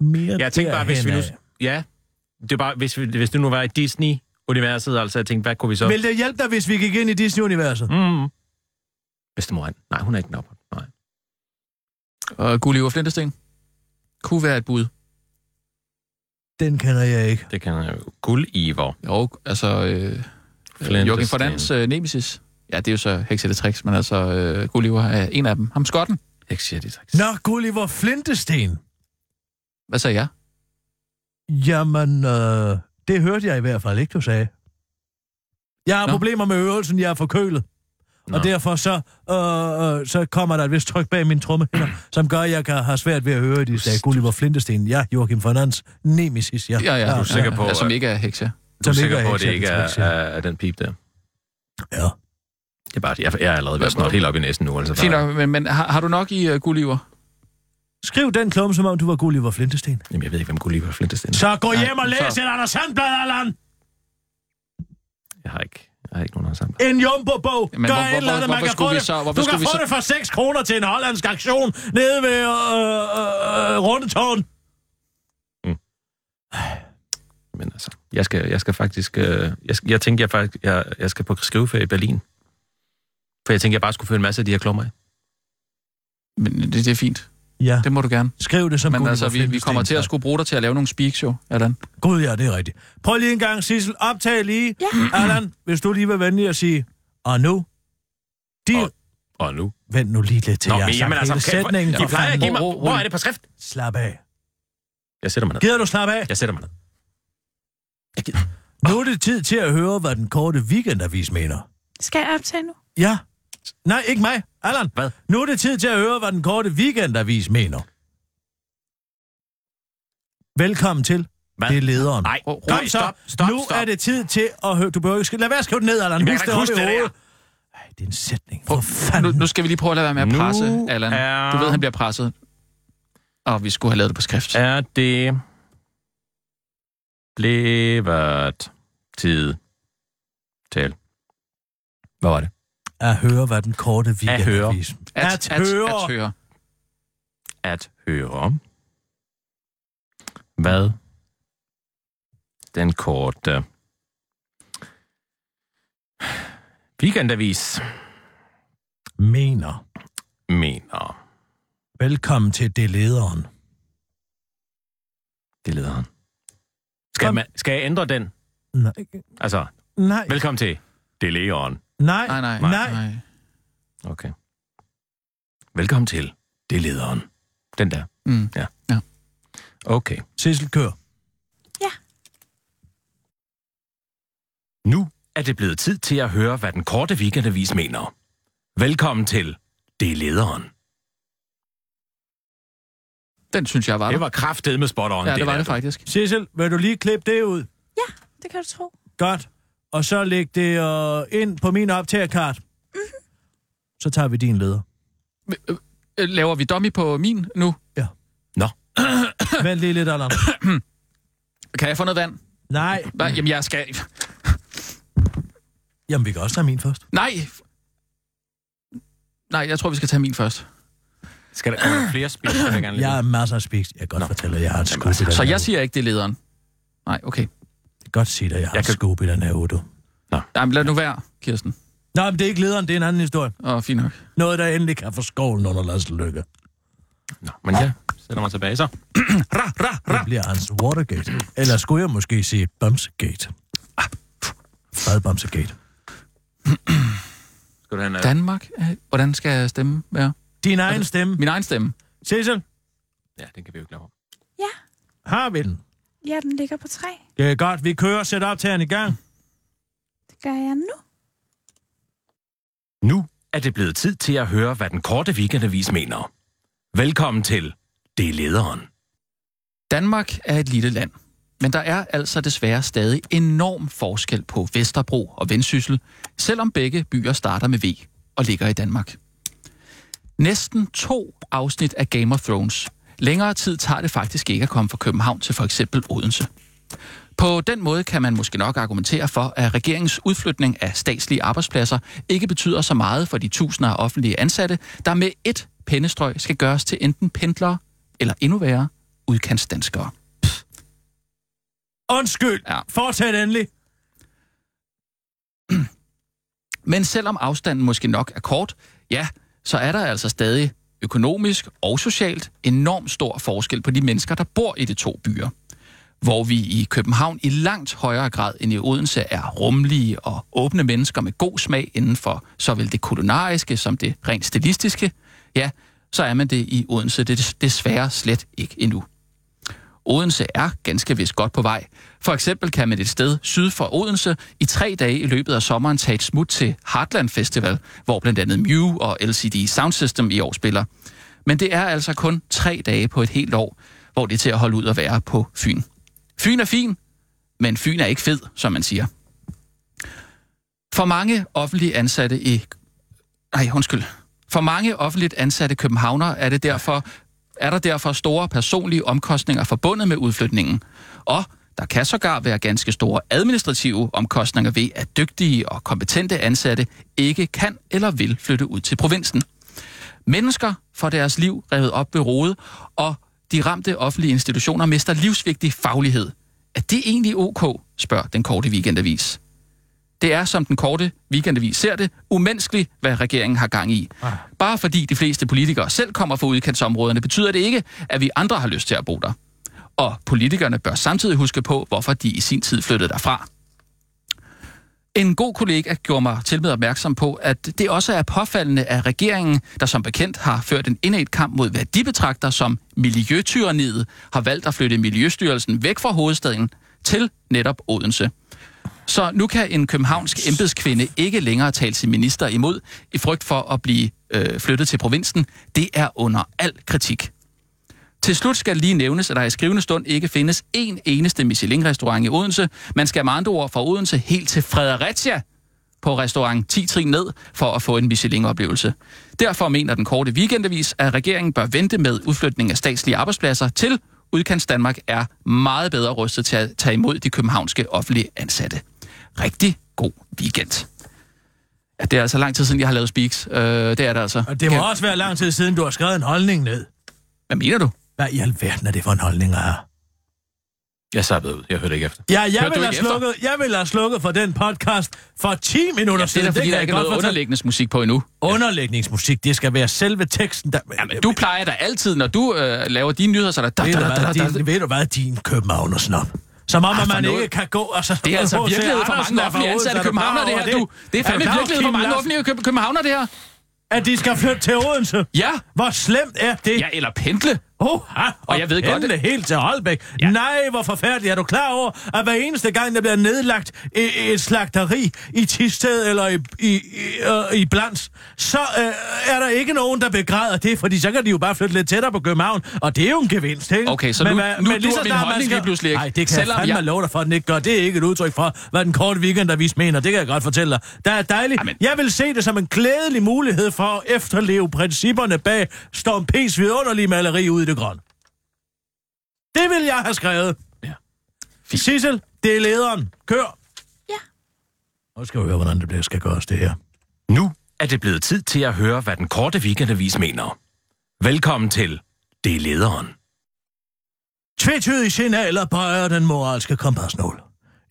[SPEAKER 4] Mere
[SPEAKER 2] Jeg tænkte bare, hvis vi nu...
[SPEAKER 4] derhenad.
[SPEAKER 2] Ja, det er bare, hvis, vi, hvis det nu var i Disney-universet, altså, jeg tænkte, hvad kunne vi så...
[SPEAKER 4] Vil det hjælpe dig, hvis vi gik ind i Disney-universet?
[SPEAKER 2] Mm. Bedstemor And. Nej, hun er ikke knavpot. Nej.
[SPEAKER 6] Og Gulliver Flintesten kunne være et bud.
[SPEAKER 4] Den kender jeg ikke.
[SPEAKER 2] Det kan jeg jo. Guld Ivor.
[SPEAKER 6] Jo, altså... Øh,
[SPEAKER 2] Flintesten.
[SPEAKER 6] Joachim Fordans øh, Nemesis. Ja, det er jo så Hex eller Tricks, men altså øh, Gulliver er en af dem. Ham skotten.
[SPEAKER 2] Ikke siger det,
[SPEAKER 4] Nå, Gulliver Flintesten.
[SPEAKER 6] Hvad sagde jeg?
[SPEAKER 4] Jamen, øh, det hørte jeg i hvert fald ikke, du sagde. Jeg har
[SPEAKER 6] Nå.
[SPEAKER 4] Nå. problemer med øvelsen, jeg er forkølet. Nå.
[SPEAKER 2] Nå.
[SPEAKER 4] Og derfor så, øh, øh, så kommer der et vist tryk bag mine trommehinder, som gør, at jeg kan, har svært ved at høre, de sagde Gulliver Flintesten. Ja, Joachim Fernandes nemesis, ja.
[SPEAKER 6] Ja, ja.
[SPEAKER 4] Du er
[SPEAKER 6] ja,
[SPEAKER 2] sikker på,
[SPEAKER 6] ja, som
[SPEAKER 2] at-
[SPEAKER 6] ikke er Hex, ja.
[SPEAKER 2] Du er
[SPEAKER 4] Som ikke
[SPEAKER 2] sikker
[SPEAKER 4] er
[SPEAKER 2] på, at det
[SPEAKER 4] Hexa,
[SPEAKER 2] ikke
[SPEAKER 4] det
[SPEAKER 2] er,
[SPEAKER 4] skal jeg
[SPEAKER 2] er, er den pip der?
[SPEAKER 4] ja.
[SPEAKER 2] Det er bare, jeg, jeg er allerede ved at snart helt op i næsen nu. Altså,
[SPEAKER 6] Fint
[SPEAKER 2] der,
[SPEAKER 6] nok, men, men har, har du nok i uh, Gulliver?
[SPEAKER 4] Skriv den klumme, som om du var Gulliver Flintesten.
[SPEAKER 2] jamen, jeg ved ikke, hvem kunne lide på Flintesten.
[SPEAKER 4] Så gå
[SPEAKER 6] Ja,
[SPEAKER 4] hjem og læs
[SPEAKER 6] så-
[SPEAKER 4] et Anders Sandblad, Allan!
[SPEAKER 2] Jeg har ikke, jeg har ikke nogen af sammen.
[SPEAKER 4] En jumbo-bog! Gør
[SPEAKER 6] Men hvor-
[SPEAKER 4] et eller
[SPEAKER 6] hvor-
[SPEAKER 4] andet, man
[SPEAKER 6] hvorfor
[SPEAKER 4] kan
[SPEAKER 6] skulle
[SPEAKER 4] få
[SPEAKER 6] vi
[SPEAKER 4] det.
[SPEAKER 6] så- hvorfor
[SPEAKER 4] Du kan
[SPEAKER 6] skulle vi
[SPEAKER 4] få
[SPEAKER 6] så-
[SPEAKER 4] det for 6 kroner til en hollandsk aktion nede ved øh, øh, øh, Rundetårn.
[SPEAKER 2] Men altså, jeg skal, jeg skal faktisk... Øh, jeg, skal- jeg tænkte, jeg, faktisk, jeg, jeg skal på skriveferie i Berlin. For jeg tænkte, jeg bare skulle føre en masse af de her klummer af.
[SPEAKER 6] Men det, det er fint.
[SPEAKER 4] Ja.
[SPEAKER 6] Det må du gerne.
[SPEAKER 4] Skriv det som
[SPEAKER 6] Men
[SPEAKER 4] Gulliver
[SPEAKER 6] altså, vi, vi
[SPEAKER 4] Flintesten.
[SPEAKER 6] kommer til at skulle bruge dig til at lave nogle speaks, jo, Allan.
[SPEAKER 4] Gud, ja, det er rigtigt. Prøv lige en gang, Sissel. Optag lige. Ja. Allan, hvis du lige vil venlig at sige, og nu... De...
[SPEAKER 2] Og- Og nu?
[SPEAKER 4] Vent nu lige lidt til,
[SPEAKER 2] Nå,
[SPEAKER 4] jeg har
[SPEAKER 2] men
[SPEAKER 4] sagt
[SPEAKER 2] jamen altså,
[SPEAKER 4] hele
[SPEAKER 2] kan-
[SPEAKER 4] sætningen.
[SPEAKER 2] I
[SPEAKER 4] for
[SPEAKER 2] plejer at
[SPEAKER 4] fanden.
[SPEAKER 2] give mig...
[SPEAKER 6] Ro- ro-
[SPEAKER 2] Hvor
[SPEAKER 6] rolig.
[SPEAKER 2] er det på skrift?
[SPEAKER 4] Slap af.
[SPEAKER 2] Jeg sætter mig ned.
[SPEAKER 4] Gider du slappe af?
[SPEAKER 2] Jeg sætter mig ned.
[SPEAKER 4] Nu er det tid til at høre, hvad den korte weekendavis mener.
[SPEAKER 5] Skal jeg optage nu?
[SPEAKER 4] Ja. Nej, ikke mig. Allan.
[SPEAKER 2] Hvad?
[SPEAKER 4] Nu er det tid til at høre, hvad den korte weekendavis mener. Velkommen til.
[SPEAKER 2] Hvad?
[SPEAKER 4] Det er lederen.
[SPEAKER 2] Nej,
[SPEAKER 6] Ro- ro-
[SPEAKER 4] Kom
[SPEAKER 2] nej,
[SPEAKER 4] så.
[SPEAKER 2] stop, stop,
[SPEAKER 4] nu
[SPEAKER 2] stop.
[SPEAKER 4] er det tid til at høre. Du behøver ikke... Lad være at skrive det ned, Allan.
[SPEAKER 2] Jamen, jeg
[SPEAKER 4] Husk
[SPEAKER 2] kan
[SPEAKER 4] det
[SPEAKER 2] ikke huske
[SPEAKER 4] op i
[SPEAKER 2] det der.
[SPEAKER 4] hovedet. Ej, det er en sætning. For
[SPEAKER 6] Nu,
[SPEAKER 4] fanden.
[SPEAKER 6] nu skal vi lige prøve at lade være med at
[SPEAKER 2] Nu
[SPEAKER 6] presse, Allan.
[SPEAKER 2] er-
[SPEAKER 6] Du ved, han bliver presset. Og vi skulle have lavet det på skrift.
[SPEAKER 2] Er det... Blevet tid til. Hvad var det?
[SPEAKER 4] At høre, hvad den korte weekendavis...
[SPEAKER 6] At,
[SPEAKER 4] At høre.
[SPEAKER 6] At høre.
[SPEAKER 2] At høre. Hvad? Den korte Weekendavis
[SPEAKER 4] Mener.
[SPEAKER 2] mener...
[SPEAKER 4] Velkommen til det lederen.
[SPEAKER 2] Det leder han. Skal,
[SPEAKER 4] Kom.
[SPEAKER 2] man, skal jeg ændre den?
[SPEAKER 4] Nej.
[SPEAKER 2] Altså,
[SPEAKER 4] Nej.
[SPEAKER 2] velkommen til... Det er Leon.
[SPEAKER 4] Nej.
[SPEAKER 6] Nej, nej,
[SPEAKER 4] Nej.
[SPEAKER 6] nej.
[SPEAKER 2] Okay. Velkommen til. Det er lederen. Den der.
[SPEAKER 6] Mm.
[SPEAKER 2] Okay.
[SPEAKER 4] Sissel kør.
[SPEAKER 2] Nu er det blevet tid til at høre, hvad den korte weekendavis mener. Velkommen til Det er lederen.
[SPEAKER 6] Den synes jeg var der.
[SPEAKER 2] Det var kraftet med spot on.
[SPEAKER 6] ja, det var
[SPEAKER 2] der,
[SPEAKER 6] det
[SPEAKER 2] du.
[SPEAKER 6] faktisk.
[SPEAKER 4] Sissel, vil du lige klippe det ud?
[SPEAKER 5] Det kan du tro.
[SPEAKER 4] Godt. Og så læg det øh, ind på min optagerkart. Mm-hmm. Så tager vi din leder.
[SPEAKER 6] Øh, Laver vi dummy på min nu?
[SPEAKER 4] Vent lige lidt, Allan.
[SPEAKER 6] Kan jeg få noget vand?
[SPEAKER 4] Nej.
[SPEAKER 6] Hva? Jamen, jeg skal...
[SPEAKER 4] Jamen, vi kan også tage min først.
[SPEAKER 6] Nej! Nej, jeg tror, vi skal tage min først.
[SPEAKER 2] Skal der komme flere spil? Jeg vil gerne lige
[SPEAKER 4] Jeg
[SPEAKER 2] vide.
[SPEAKER 4] er masser af spiks. Jeg kan godt Nå. fortælle, at jeg har et skub i den
[SPEAKER 6] Så
[SPEAKER 4] her
[SPEAKER 6] jeg siger ikke, det er lederen. Nej, okay.
[SPEAKER 4] Jeg kan godt sige at jeg har
[SPEAKER 2] Jeg
[SPEAKER 4] et
[SPEAKER 2] kan-
[SPEAKER 4] skub i den her Udo.
[SPEAKER 6] Nej, men lad nu være, Kirsten.
[SPEAKER 4] Nå, men det er ikke lederen, det er en anden historie.
[SPEAKER 6] Åh, fint nok.
[SPEAKER 4] Noget, der endelig kan få skovlen under Lasse Lykke.
[SPEAKER 2] Nå, men jeg sætter mig tilbage så. ra, ra,
[SPEAKER 4] Det
[SPEAKER 2] ra.
[SPEAKER 4] bliver hans Watergate. Eller skulle jeg måske sige Bamsegate? Fred Bamsegate.
[SPEAKER 2] Skal du have en, øh,
[SPEAKER 6] Danmark? er- Hvordan skal jeg stemme være?
[SPEAKER 4] Din egen stemme.
[SPEAKER 6] Min egen stemme.
[SPEAKER 4] Sissel,
[SPEAKER 2] Ja, den kan vi jo ikke lave om.
[SPEAKER 5] Ja,
[SPEAKER 4] har vi den?
[SPEAKER 5] ja den ligger på tre.
[SPEAKER 4] Det er godt, vi kører. Sæt op til i gang.
[SPEAKER 5] Det gør jeg nu.
[SPEAKER 2] Nu er det blevet tid til at høre, hvad den korte weekendavis mener. Velkommen til Det er lederen.
[SPEAKER 6] Danmark er et lille land, men der er altså desværre stadig enorm forskel på Vesterbro og Vendsyssel, selvom begge byer starter med V og ligger i Danmark. Næsten to afsnit af Game of Thrones. Længere tid tager det faktisk ikke at komme fra København til for eksempel Odense. På den måde kan man måske nok argumentere for, at regeringens udflytning af statslige arbejdspladser ikke betyder så meget for de tusinder af offentlige ansatte, der med et pennestrøg skal gøres til enten pendlere eller endnu værre, udkantsdanskere.
[SPEAKER 4] Undskyld.
[SPEAKER 6] Ja.
[SPEAKER 4] Fortsæt endelig.
[SPEAKER 6] Men selvom afstanden måske nok er kort, ja, så er der altså stadig økonomisk og socialt enormt stor forskel på de mennesker, der bor i de to byer. Hvor vi i København i langt højere grad end i Odense er rummelige og åbne mennesker med god smag inden for såvel det kulinariske som det rent stilistiske, ja, så er man det i Odense det er desværre slet ikke endnu. Odense er ganske vist godt på vej. For eksempel kan man et sted syd for Odense i tre dage i løbet af sommeren tage et smut til Heartland Festival, hvor blandt andet Mew og LCD Sound System i år spiller. Men det er altså kun tre dage på et helt år, hvor det er til at holde ud at være på Fyn. Fyn er fin, men Fyn er ikke fed, som man siger. For mange offentlige ansatte i... Nej, undskyld. For mange offentligt ansatte københavnere er det derfor er der derfor store personlige omkostninger forbundet med udflytningen. Og der kan sågar være ganske store administrative omkostninger ved, at dygtige og kompetente ansatte ikke kan eller vil flytte ud til provinsen. Mennesker får deres liv revet op ved rode, og de ramte offentlige institutioner mister livsvigtig faglighed. Er det egentlig ok, spørger den korte weekendavis. Det er, som den korte weekendavis ser det, umenneskeligt, hvad regeringen har gang i. Bare fordi de fleste politikere selv kommer fra udkantsområderne, betyder det ikke, at vi andre har lyst til at bo der. Og politikerne bør samtidig huske på, hvorfor de i sin tid flyttede derfra. En god kollega gjorde mig til med opmærksom på, at det også er påfaldende, at regeringen, der som bekendt har ført en indet kamp mod, hvad de betragter som miljøtyraniet, har valgt at flytte Miljøstyrelsen væk fra hovedstaden til netop Odense. Så nu kan en københavnsk embedskvinde ikke længere tale sin minister imod i frygt for at blive øh, flyttet til provinsen. Det er under al kritik. Til slut skal lige nævnes, at der i skrivende stund ikke findes én eneste Michelin-restaurant i Odense. Man skal med andre ord fra Odense helt til Fredericia på restaurant 10 trin ned for at få en Michelin-oplevelse. Derfor mener den korte weekendavis, at regeringen bør vente med udflytning af statslige arbejdspladser til udkants Danmark er meget bedre rustet til at tage imod de københavnske offentlige ansatte. Rigtig god weekend. Ja, det er altså lang tid siden, jeg har lavet speaks. Øh, det er det altså.
[SPEAKER 4] Og det må også være lang tid siden, du har skrevet en holdning ned.
[SPEAKER 6] Hvad mener du?
[SPEAKER 4] Hvad i alverden er det for en holdning at have?
[SPEAKER 6] Jeg sappede ud. Jeg hørte ikke efter.
[SPEAKER 4] Ja, jeg
[SPEAKER 6] Hørte du
[SPEAKER 4] vil, have
[SPEAKER 6] ikke efter?
[SPEAKER 4] slukket, jeg vil have slukket for den podcast for 10 minutter
[SPEAKER 6] Ja, det er da,
[SPEAKER 4] siden.
[SPEAKER 6] fordi
[SPEAKER 4] kan
[SPEAKER 6] der
[SPEAKER 4] jeg
[SPEAKER 6] ikke er
[SPEAKER 4] godt
[SPEAKER 6] noget
[SPEAKER 4] fortælle.
[SPEAKER 6] underlæggende musik på endnu.
[SPEAKER 4] Underlægningsmusik, det skal være selve teksten, der...
[SPEAKER 6] Jamen, du plejer da altid, når du øh, laver dine nyheder, så er der... Da, da,
[SPEAKER 4] Ved du,
[SPEAKER 6] da, da,
[SPEAKER 4] hvad,
[SPEAKER 6] da, da.
[SPEAKER 4] din, ved du hvad, din københavnersnop? Som om,
[SPEAKER 6] Ah,
[SPEAKER 4] at
[SPEAKER 6] for
[SPEAKER 4] man
[SPEAKER 6] noget.
[SPEAKER 4] ikke kan gå... Altså,
[SPEAKER 6] Det er altså
[SPEAKER 4] H.C.
[SPEAKER 6] virkelighed for
[SPEAKER 4] Andersen
[SPEAKER 6] mange
[SPEAKER 4] er fra
[SPEAKER 6] offentlige
[SPEAKER 4] Odense,
[SPEAKER 6] ansatte
[SPEAKER 4] er du klar
[SPEAKER 6] københavner, det
[SPEAKER 4] over
[SPEAKER 6] her. Du, det er fandme
[SPEAKER 4] du klar over,
[SPEAKER 6] virkelighed for
[SPEAKER 4] Kim
[SPEAKER 6] mange
[SPEAKER 4] Larsen,
[SPEAKER 6] offentlige køb- københavner, det her.
[SPEAKER 4] At de skal flytte til Odense?
[SPEAKER 6] Ja.
[SPEAKER 4] Hvor slemt er det?
[SPEAKER 6] Ja, eller pendle.
[SPEAKER 4] Oh, ha,
[SPEAKER 6] Og jeg ved godt,
[SPEAKER 4] pendle helt til Holbæk. Ja. Nej, hvor forfærdeligt. Er du klar over, at hver eneste gang, der bliver nedlagt et, et slagteri i Tisted eller i, i, i, øh, i Blans, så øh, er der ikke nogen, der begræder det, fordi så kan de jo bare flytte lidt tættere på København, og det er jo en gevinst, ikke?
[SPEAKER 6] Okay, så nu- nu dur min
[SPEAKER 4] snart man
[SPEAKER 6] holdning lige pludselig ikke.
[SPEAKER 4] Nej, det kan
[SPEAKER 6] Selvom
[SPEAKER 4] Selvom jeg fandme
[SPEAKER 6] jeg-
[SPEAKER 4] love dig for, at den ikke gør. Det er ikke et udtryk for, hvad den korte weekendavis mener. Det kan jeg godt fortælle dig. Der er dejligt.
[SPEAKER 6] Amen.
[SPEAKER 4] Jeg vil se det som en glædelig mulighed for at efterleve principperne bag Storm P's vidunderlige maleri ude i det grønne. Det vil jeg have skrevet.
[SPEAKER 6] Ja.
[SPEAKER 4] Fint. Sissel, det er lederen. Kør.
[SPEAKER 5] Ja.
[SPEAKER 4] Nu skal vi høre, hvordan det bliver, skal gøres det her.
[SPEAKER 2] Nu er det blevet tid til at høre, hvad den korte weekendavis mener. Velkommen til Det er lederen.
[SPEAKER 4] Tvetydige signaler peger den moralske kompasnål.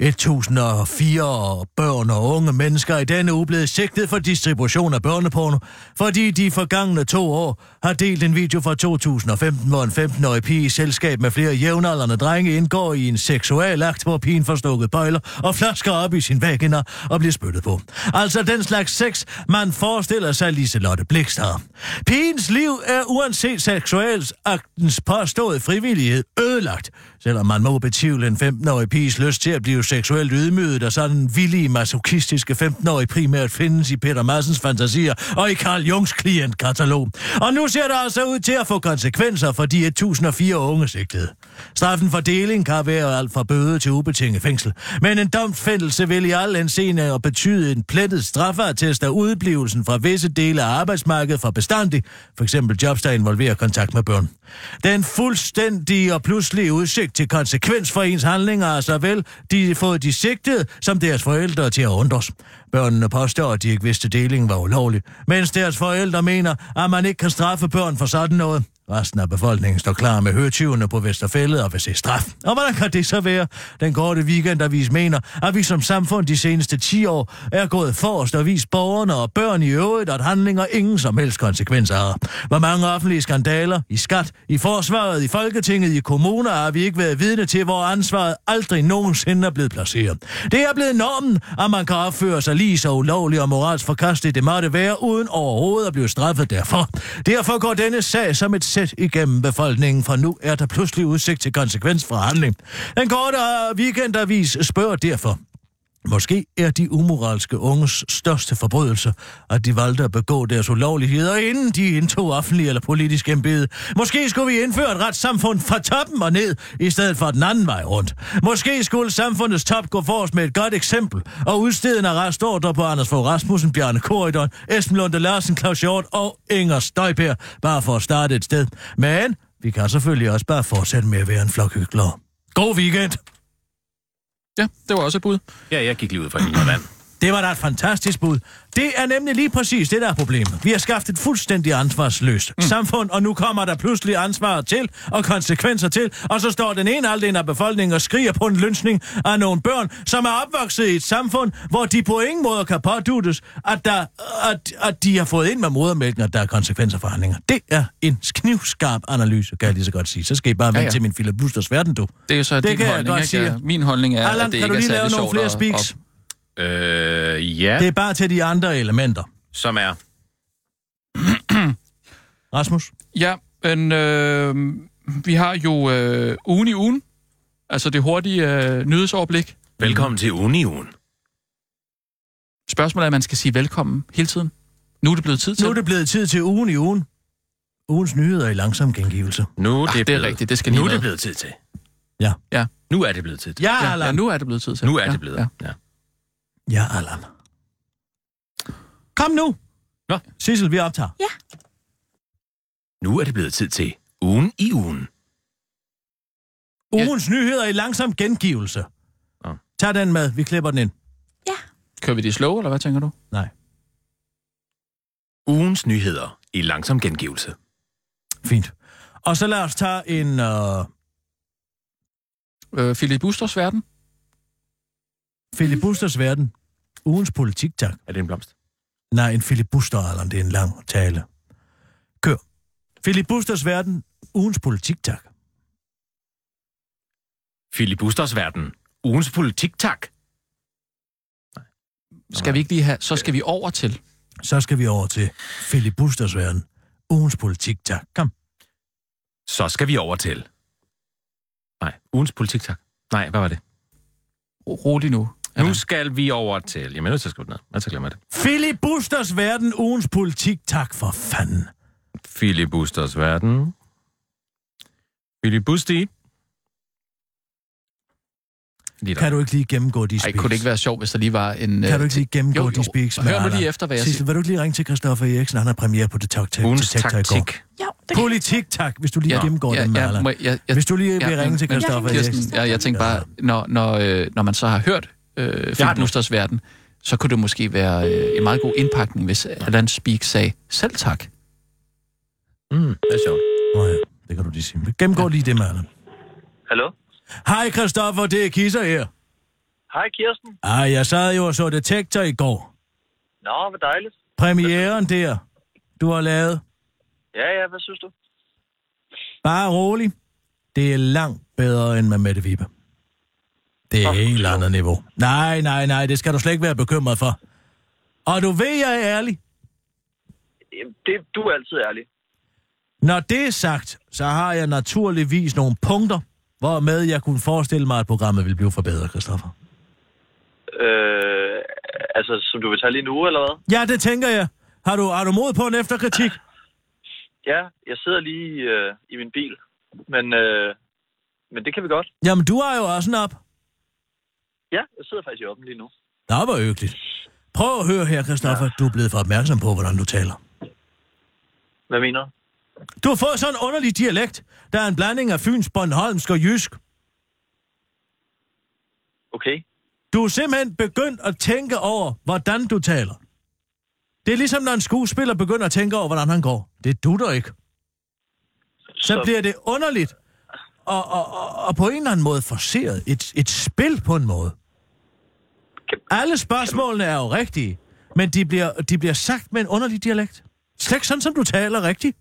[SPEAKER 4] 1004 børn og unge mennesker er i denne uge blevet sigtet for distribution af børneporno, fordi de forgangne to år har delt en video fra 2015, hvor en 15-årig pige i selskab med flere jævnaldrende drenge indgår i en seksuel akt, hvor pigen får stukket bøjler og flasker op i sin vagina og bliver spyttet på. Altså den slags sex, man forestiller sig Liselotte Blixt har. Pigens liv er uanset seksualaktens påståede frivillighed ødelagt, selvom man må betvivle en 15-årig piges lyst til at blive seksuelt ydmyget, og sådan villige masochistiske 15-årige primært findes i Peter Madsens fantasier og i Carl Jungs klientkatalog. Og nu ser det altså ud til at få konsekvenser for de 1004 unge sigtede. Straffen for deling kan være alt fra bøde til ubetinget fængsel, men en domfældelse vil i al henseende og betyde en plettet straffertest af udblivelsen fra visse dele af arbejdsmarkedet for bestandig, f.eks. jobs, der involverer kontakt med børn. Den fuldstændige og pludselige udsigt til konsekvens for ens handlinger er såvel de fået de sigtede som deres forældre til at undres. Børnene påstår, at de ikke vidste, at delingen var ulovlig, mens deres forældre mener, at man ikke kan straffe børn for sådan noget. Resten af befolkningen står klar med høretyvene på Vesterfældet og vil se straf. Og hvordan kan det så være? Den korte weekendavis mener, at vi som samfund de seneste 10 år er gået forrest og vist borgerne og børn i øvrigt, at handlinger ingen som helst konsekvenser har. Hvor mange offentlige skandaler i skat, i forsvaret, i Folketinget, i kommuner har vi ikke været vidne til, hvor ansvaret aldrig nogensinde er blevet placeret. Det er blevet normen, at man kan opføre sig lige så ulovligt og moralsk forkasteligt det måtte være, uden overhovedet at blive straffet derfor. Derfor går denne sag som et sæt igennem befolkningen, for nu er der pludselig udsigt til konsekvens fra handling. Den korte øh, weekendavis spørger derfor, Måske er de umoralske unges største forbrydelse, at de valgte at begå deres ulovligheder, inden de indtog offentlig eller politisk embede. Måske skulle vi indføre et retssamfund fra toppen og ned, i stedet for den anden vej rundt. Måske skulle samfundets top gå forrest med et godt eksempel, og udstede en arrestordre på Anders Fogh Rasmussen, Bjarne Korydon, Esben Lunde Larsen, Claus Hjort og Inger Støjper, bare for at starte et sted. Men vi kan selvfølgelig også bare fortsætte med at være en flok hyggelere. God weekend!
[SPEAKER 6] Ja, det var også et bud.
[SPEAKER 2] Ja, jeg gik lige ud fra en vand.
[SPEAKER 4] Det var da et fantastisk bud. Det er nemlig lige præcis det, der er problemet. Vi har skabt et fuldstændig ansvarsløst mm. samfund, og nu kommer der pludselig ansvar til og konsekvenser til, og så står den ene halvdel af befolkningen og skriger på en lønsning af nogle børn, som er opvokset i et samfund, hvor de på ingen måde kan påduttes, at, der, at, at de har fået ind med modermælken, at der er konsekvenser for handlinger. Det er en knivskarp analyse, kan jeg lige så godt sige. Så skal I bare vente ja, ja.
[SPEAKER 6] ja.
[SPEAKER 4] til min Philip Busters verden, du.
[SPEAKER 6] Det er jo så
[SPEAKER 4] Det
[SPEAKER 6] det din
[SPEAKER 4] kan jeg
[SPEAKER 6] holdning,
[SPEAKER 4] godt
[SPEAKER 6] ikke?
[SPEAKER 4] sige.
[SPEAKER 6] Min holdning er,
[SPEAKER 4] Allan,
[SPEAKER 6] at det
[SPEAKER 4] kan
[SPEAKER 6] ikke
[SPEAKER 4] du
[SPEAKER 6] er
[SPEAKER 4] lige lave
[SPEAKER 6] særlig
[SPEAKER 4] nogle
[SPEAKER 6] sjovt
[SPEAKER 4] flere
[SPEAKER 6] at-
[SPEAKER 4] speaks?
[SPEAKER 6] at-
[SPEAKER 2] Øh, ja,
[SPEAKER 4] Det er bare til de andre elementer.
[SPEAKER 2] som er...
[SPEAKER 4] Rasmus?
[SPEAKER 6] Ja, men øh, vi har jo øh, ugen i ugen. Altså det hurtige øh, nyhedsoverblik.
[SPEAKER 2] Velkommen til Union.
[SPEAKER 6] Spørgsmålet er, at man skal sige velkommen hele tiden. Nu er det blevet tid til. Ah,
[SPEAKER 4] Nu er det blevet tid til ugen i ugen. Ugens nyheder i langsom gengivelse.
[SPEAKER 2] Nu
[SPEAKER 6] Ah, det er rigtigt, det skal lige
[SPEAKER 2] Nu er det
[SPEAKER 6] med.
[SPEAKER 2] blevet tid til.
[SPEAKER 4] Ja.
[SPEAKER 6] Ja.
[SPEAKER 2] Nu er det blevet tid til.
[SPEAKER 4] Ja,
[SPEAKER 6] ja,
[SPEAKER 4] Allan.
[SPEAKER 6] ja, nu er det blevet tid til.
[SPEAKER 2] Nu er
[SPEAKER 6] ja,
[SPEAKER 2] det blevet.
[SPEAKER 6] Ja.
[SPEAKER 2] Ja.
[SPEAKER 4] Ja, Allan. Kom nu.
[SPEAKER 2] Nå.
[SPEAKER 4] Sissel, vi optager.
[SPEAKER 2] Nu er det blevet tid til ugen i ugen.
[SPEAKER 6] Ja.
[SPEAKER 4] Ugens nyheder i langsom gengivelse.
[SPEAKER 2] Nå.
[SPEAKER 4] Tag den med. Vi klipper den ind.
[SPEAKER 6] Kører vi det slow, eller hvad tænker du?
[SPEAKER 4] Nej.
[SPEAKER 2] Ugens nyheder i langsom gengivelse.
[SPEAKER 4] Fint. Og så lad os tage en... Øh...
[SPEAKER 6] øh, Philip Busters verden.
[SPEAKER 4] Philip Busters verden. Ugens politik, tak.
[SPEAKER 2] Er det en blomst?
[SPEAKER 4] Nej, en filibuster, Allan. Det er en lang tale. Kør. Filibusters verden. Ugens politik, tak.
[SPEAKER 2] Philip Busters verden. Ugens politik, tak.
[SPEAKER 6] Skal vi ikke lige have, så skal vi over til.
[SPEAKER 4] Så skal vi over til filibusters verden. Ugens politik, tak. Kom.
[SPEAKER 2] Så skal vi over til... Nej, ugens politik, tak. Nej, hvad var det?
[SPEAKER 6] Rolig nu.
[SPEAKER 2] Ja, nu skal vi over til... Jamen, jeg er nødt til at skrive det ned. Jeg så glemmer jeg det.
[SPEAKER 4] Filibusters verden. Ugens politik, tak for fanden.
[SPEAKER 2] Philip Busters verden. Philip Busti. Lige der.
[SPEAKER 4] Kan du ikke lige gennemgå de
[SPEAKER 6] Ej,
[SPEAKER 4] speaks?
[SPEAKER 6] kunne det ikke være sjovt, hvis der lige var en... øh,
[SPEAKER 4] Kan du ikke lige gennemgå
[SPEAKER 6] Jo, jo.
[SPEAKER 4] de speaks?
[SPEAKER 6] Hør
[SPEAKER 4] med
[SPEAKER 6] nu lige
[SPEAKER 4] Allan?
[SPEAKER 6] efter, hvad jeg
[SPEAKER 4] Sissel,
[SPEAKER 6] siger.
[SPEAKER 4] vil du ikke lige ringe til Christoffer Eriksen? Han har premiere på det tak til
[SPEAKER 2] Ugens
[SPEAKER 4] Detektor i går.
[SPEAKER 2] taktik.
[SPEAKER 5] Jo, det kan
[SPEAKER 4] Politik, tak, hvis du lige
[SPEAKER 6] Ja,
[SPEAKER 4] gennemgår
[SPEAKER 6] ja,
[SPEAKER 4] dem,
[SPEAKER 6] ja,
[SPEAKER 4] Allan.
[SPEAKER 6] må jeg- jeg- jeg-
[SPEAKER 4] Hvis du lige vil ringe til
[SPEAKER 6] men-
[SPEAKER 4] Christoffer
[SPEAKER 5] Ja,
[SPEAKER 6] Kirsten,
[SPEAKER 4] Eriksen.
[SPEAKER 6] jeg, jeg tænkte bare, når, når, øh, når man så har hørt øh,
[SPEAKER 2] har
[SPEAKER 6] Philip
[SPEAKER 2] den.
[SPEAKER 6] Busters verden, så kunne det måske være øh, en meget god indpakning, hvis Allan Speak sagde selv tak.
[SPEAKER 2] Mm, det er sjovt.
[SPEAKER 4] Nå ja, det kan du lige sige. Gennemgå lige det, Allan.
[SPEAKER 7] Hallo?
[SPEAKER 4] Hej Christoffer, det er Kisser her.
[SPEAKER 7] Hej Kirsten.
[SPEAKER 4] Ej, jeg sad jo og så Detektor i går.
[SPEAKER 7] Nå, hvor dejligt.
[SPEAKER 4] Premieren der, du har lavet.
[SPEAKER 7] Ja, ja, hvad synes du?
[SPEAKER 4] Bare rolig. Det er langt bedre end med Mette Vibe. Det er helt andet niveau. Nej, nej, nej, det skal du slet ikke være bekymret for. Og du ved, jeg er ærlig.
[SPEAKER 7] Jamen, Det, du er altid ærlig.
[SPEAKER 4] Når det er sagt, så har jeg naturligvis nogle punkter, hvormed jeg kunne forestille mig, at programmet ville blive forbedret, Christoffer.
[SPEAKER 7] Øh, altså, som du vil tage lige nu, eller hvad?
[SPEAKER 4] Ja, det tænker jeg. Har du, har du mod på en efterkritik?
[SPEAKER 7] Ja, jeg sidder lige øh, i min bil. Men, øh, men det kan vi godt.
[SPEAKER 4] Jamen, du har jo også en op.
[SPEAKER 7] Ja, jeg sidder faktisk i åben lige nu.
[SPEAKER 4] Nå, hvor hyggeligt. Prøv at høre her, Christoffer. Du er blevet for opmærksom på, hvordan du taler.
[SPEAKER 7] Hvad mener du?
[SPEAKER 4] Du har fået sådan en underlig dialekt. Der er en blanding af fyns, bornholmsk og jysk.
[SPEAKER 7] Okay.
[SPEAKER 4] Du er simpelthen begyndt at tænke over, hvordan du taler. Det er ligesom, når en skuespiller begynder at tænke over, hvordan han går. Det dutter ikke. Så bliver det underligt og, og, og, og på en eller anden måde forceret. Et, et spil på en måde.
[SPEAKER 7] Kan-
[SPEAKER 4] Alle spørgsmålene er jo rigtige, men de bliver, de bliver sagt med en underlig dialekt. Slet ikke sådan, som du taler rigtigt.